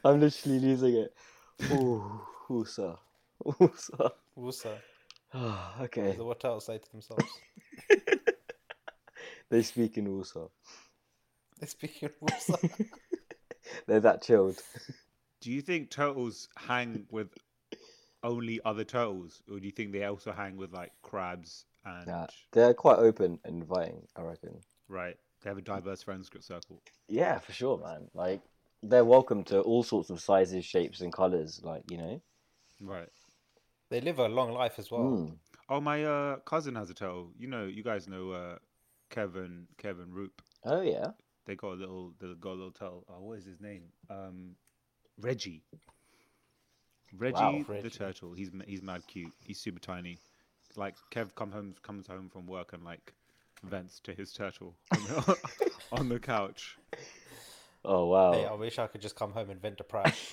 I'm literally losing it. Ooh, ooh, sir. Ooh, sir. Also, Ah, okay. the what else say to themselves? They speak in Warsaw. They speak in Warsaw. They're that chilled. Do you think turtles hang with only other turtles, or do you think they also hang with like crabs and Yeah, they're quite open and inviting, I reckon. right? They have a diverse friends circle. Yeah, for sure, man. Like they're welcome to all sorts of sizes, shapes, and colors. Like you know, Right. They live a long life as well. Mm. Oh, my uh, cousin has a turtle. You know, you guys know uh, Kevin Kevin Roop. oh yeah. They got a little. They got a little turtle. Oh, what is his name? Um, Reggie. Reggie Reggie. the turtle. He's ma- he's mad cute. He's super tiny. Like Kev come home comes home from work and like vents to his turtle on the, on the couch. Oh wow. Hey, I wish I could just come home and vent a prash.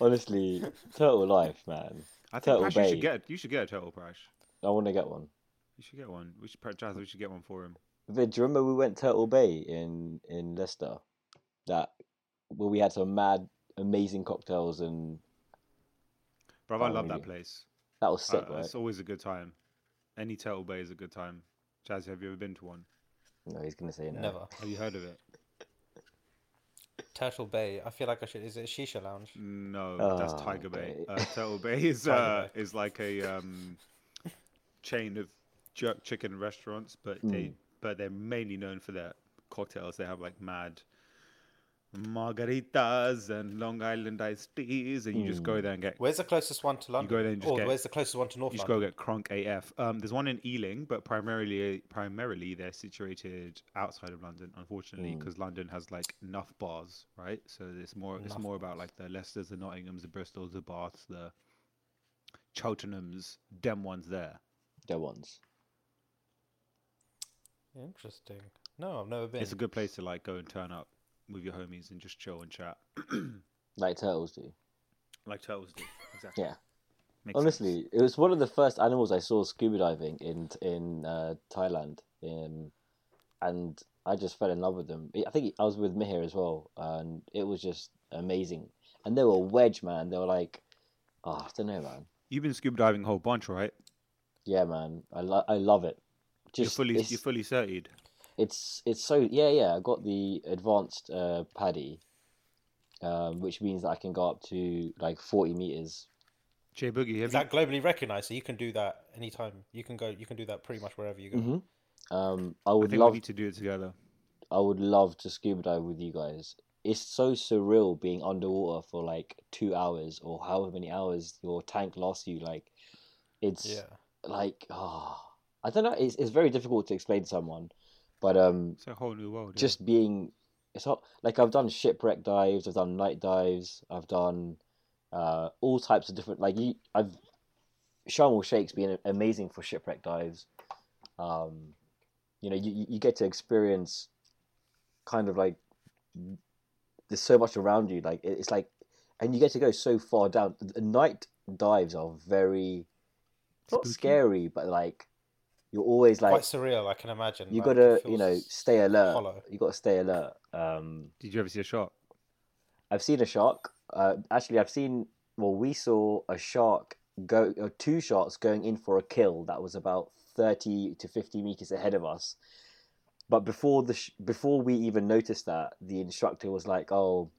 Honestly, turtle life, man. I think Turtle Prash, you babe. should get you should get a turtle, Prash. I want to get one. You should get one. We should Pra- Jazz, we should get one for him. Vid, do you remember we went Turtle Bay in in Leicester? That where we had some mad, amazing cocktails, and Brother, I Oh, love really? that place. that was I- sick, right? Uh, It's always a good time. Any turtle bay is a good time. Jazz, have you ever been to one? No, he's gonna say no. Never. Have you heard of it? Turtle Bay. I feel like I should. Is it a shisha lounge? No, that's Oh, Tiger Bay. okay. Uh, Turtle Bay is uh, Tiger is like a um, chain of jerk chicken restaurants, but they but they're mainly known for their cocktails. They have like mad margaritas and Long Island iced teas, and you just go there and get Where's the closest one to London? go there and just or get- where's the closest one to North you just London? go get Kronk AF. Um, there's one in Ealing, but primarily primarily they're situated outside of London, unfortunately, because London has like enough bars, right? So it's more it's more about like the Leicesters, the Nottinghams, the Bristols, the Baths, the Cheltenhams, dem ones there. There once. Interesting. No, I've never been. It's a good place to like go and turn up with your homies and just chill and chat, Like turtles do. like turtles do. Exactly. Yeah. Makes sense. Honestly, it was one of the first animals I saw scuba diving in in uh, Thailand, um, and I just fell in love with them. I think I was with Mihir as well, and it was just amazing. And they were wedge, man. They were like, oh, I don't know, man. you've been scuba diving a whole bunch, right? Yeah, man. I lo- I love it. You're Just fully it's, you're fully certied. it's it's so yeah yeah. I got the advanced uh, paddy, um, which means that I can go up to like forty meters. Jay Boogie, have Is that globally recognized? So you can do that anytime. You can go. You can do that pretty much wherever you go. Mm-hmm. Mhm. Um, I you, I would think love we need to do it together. I would love to scuba dive with you guys. it's so surreal being underwater for like two hours or however many hours your tank lasts you. Like, it's Yeah. like oh, I don't know. It's it's very difficult to explain to someone, but um, It's a whole new world. yeah. just being it's not like I've done shipwreck dives, I've done night dives, I've done uh, all types of different like you, I've Sharm el Sheikh's been amazing for shipwreck dives. Um, you know, you, you- you get to experience kind of like there's so much around you, like it- it's like, and you get to go so far down. The night dives are very not Spooky. scary, but like you're always like Quite surreal, I can imagine. you like, it gotta you know feels- stay alert hollow. you gotta stay alert um Did you ever see a shark? i've seen a shark uh actually i've seen well we saw a shark go uh, two sharks going in for a kill that was about 30 to 50 meters ahead of us but before the sh- before we even noticed that the instructor was like oh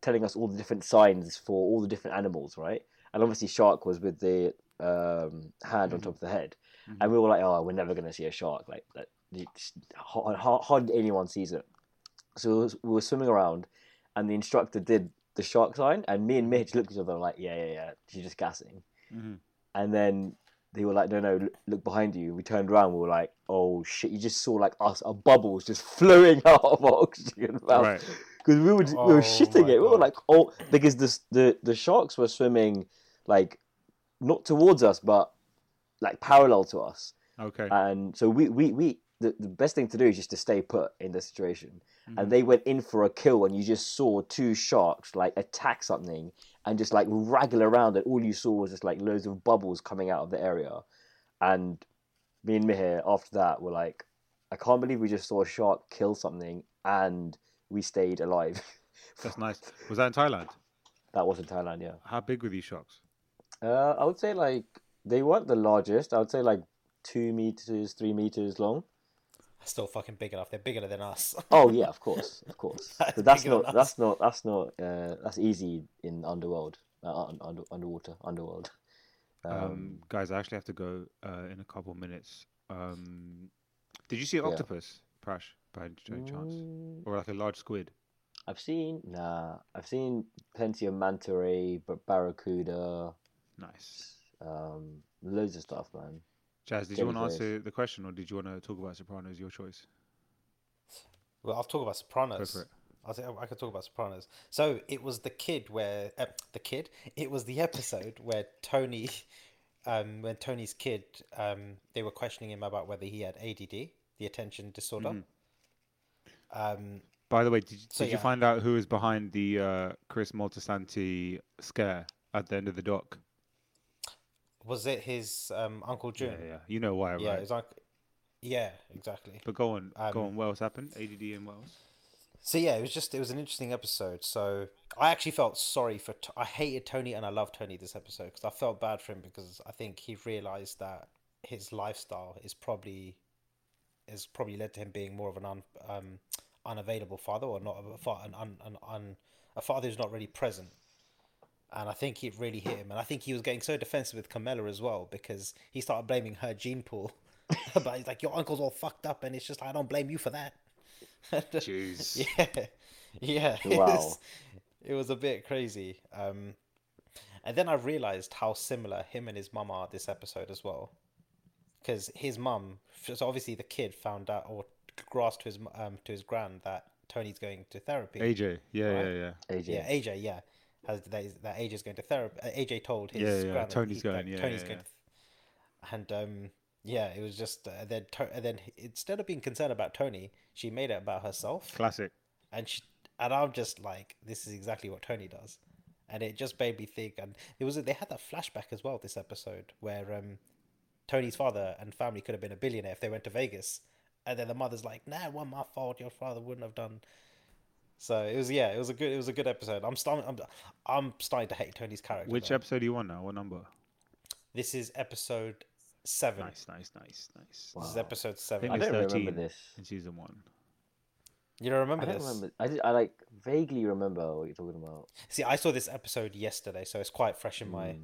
telling us all the different signs for all the different animals right and obviously shark was with the um hand on Mhm. top of the head Mhm. and we were like oh we're never going to see a shark like that it's hard, hard, hard anyone sees it so we was- we were swimming around and the instructor did the shark sign and me and mitch looked at each other like yeah yeah yeah she's just gassing Mhm. and then they were like, no, no, look- look behind you. We turned around. We were like, oh shit! You just saw like us, our bubbles just flowing out of our oxygen valve Right. because we were we Oh were shitting my it. We were God. like, oh, because the the the sharks were swimming like not towards us, but like parallel to us. Uh, Okay. And so we we we the, the best thing to do is just to stay put in the situation. Mhm. And they went in for a kill, and you just saw two sharks like attack something and just like wraggle around, and all you saw was just like loads of bubbles coming out of the area. And me and Mihir after that were like, I can't believe we just saw a shark kill something and we stayed alive. That's nice. Was that in Thailand? that was in Thailand, yeah. How big were these sharks? Uh, I would say like they weren't the largest. I would say like two meters, three meters long. still fucking big enough. They're bigger than us. Oh yeah, of course, of course. That's but that's bigger than not us. that's not that's not uh, that's easy in underworld, uh, un- under, underwater, underworld. Um, Um, guys, I actually have to go uh, in a couple minutes. Um, did you see an Yeah. octopus, Prash, by any ch- any chance, mm, or like a large squid? I've seen nah, I've seen plenty of manta ray, but barracuda, Nice. um, loads of stuff, man. Jazz, did you want to Jellyfish. answer the question, or did you want to talk about Sopranos? Your choice. Well, I'll talk about Go Sopranos. for it. I think I could talk about Sopranos. So it was the kid where uh, the kid. It was the episode where Tony, um, when Tony's kid, um, they were questioning him about whether he had ADD, the attention disorder. Mm. Um, By the way, did, So, did you yeah. find out who is behind the uh, Chris Moltisanti scare at the end of the dock? was it his um Uncle June? Yeah, yeah. You know why, Yeah, right? it's like, yeah, exactly. But go on, go Um, on. What else happened? ADD and what else? So yeah, it was just it was an interesting episode. So I actually felt sorry for T- I hated Tony and I loved Tony this episode because I felt bad for him because I think he realized that his lifestyle is probably has probably led to him being more of an un, um, unavailable father or not a fa- an un, an un, a father who's not really present. And I think it really hit him. And I think he was getting so defensive with Carmela as well because he started blaming her gene pool. but he's like, your uncle's all fucked up, and it's just I don't blame you for that. Jeez. Yeah, yeah. It Wow. was, it was a bit crazy. Um, and then I realized how similar him and his mum are this episode as well, because his mum, so obviously the kid found out or grasped to his mu- um to his grand that Tony's going to therapy. AJ. Yeah, Right. yeah, yeah. AJ, Yeah, AJ. Yeah, has that, is- that AJ's going to therapy. uh, AJ told his Yeah, yeah, gran that Tony's he- going, that yeah, Tony's yeah, going. to- and um, yeah, it was just uh, then. To- and then instead of being concerned about Tony, she made it about herself Classic. and she, and I'm just like, this is exactly what Tony does, and it just made me think. And it was they had that flashback as well this episode where um, Tony's father and family could have been a billionaire if they went to Vegas, and then the mother's like, "Nah, it wasn't my fault. Your father wouldn't have done." So it was yeah, it was a good it was a good episode. I'm starting I'm, I'm starting to hate Tony's character. Which though. episode do you want now? What number? this is episode seven. Nice, nice, nice, nice. Wow. This is episode I seven. I think don't it's remember 13. this. In season one. You don't remember I don't this? remember. I did. I like vaguely remember what you're talking about. See, I saw this episode yesterday, so it's quite fresh in Hmm. my.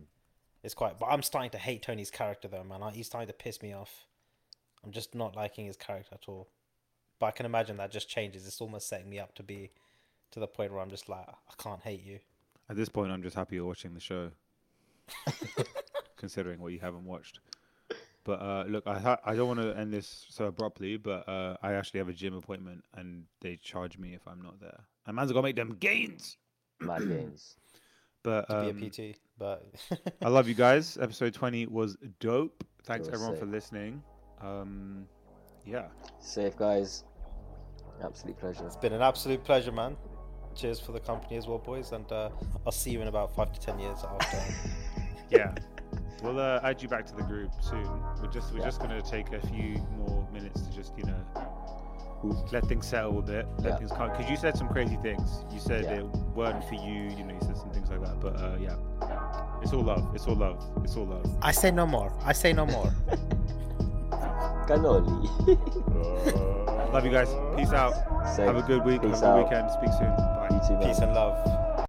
It's quite, but I'm starting to hate Tony's character though, man. I- He's starting to piss me off. I'm just not liking his character at all. But I can imagine that just changes. It's almost setting me up to be, to the point where I'm just like, I can't hate you. At this point, I'm just happy you're watching the show, considering what you haven't watched. But uh, look, I ha- I don't want to end this so abruptly, but uh, I actually have a gym appointment, and they charge me if I'm not there. I man's gotta make them gains. Mad gains. But To um, be a PT, but I love you guys. Episode 20 was dope. Thanks It was everyone sick. for listening. Um, yeah. Safe guys. Absolute pleasure. it's been an absolute pleasure, man. Cheers for the company as well, boys, and uh, I'll see you in about five to ten years after. Yeah. we'll uh, add you back to the group soon. We're just we're Yeah. just gonna take a few more minutes to just, you know, Cool. let things settle a bit. Let Yeah. things calm because you said some crazy things. You said Yeah. it weren't for you, you know, you said some things like that. But uh, yeah. It's all love. It's all love. It's all love. I say no more. I say no more. Cannoli. love you guys. Peace out. Safe. Have a good week. Peace Have a out. good weekend. Speak soon. Bye. You too, man. Peace and love.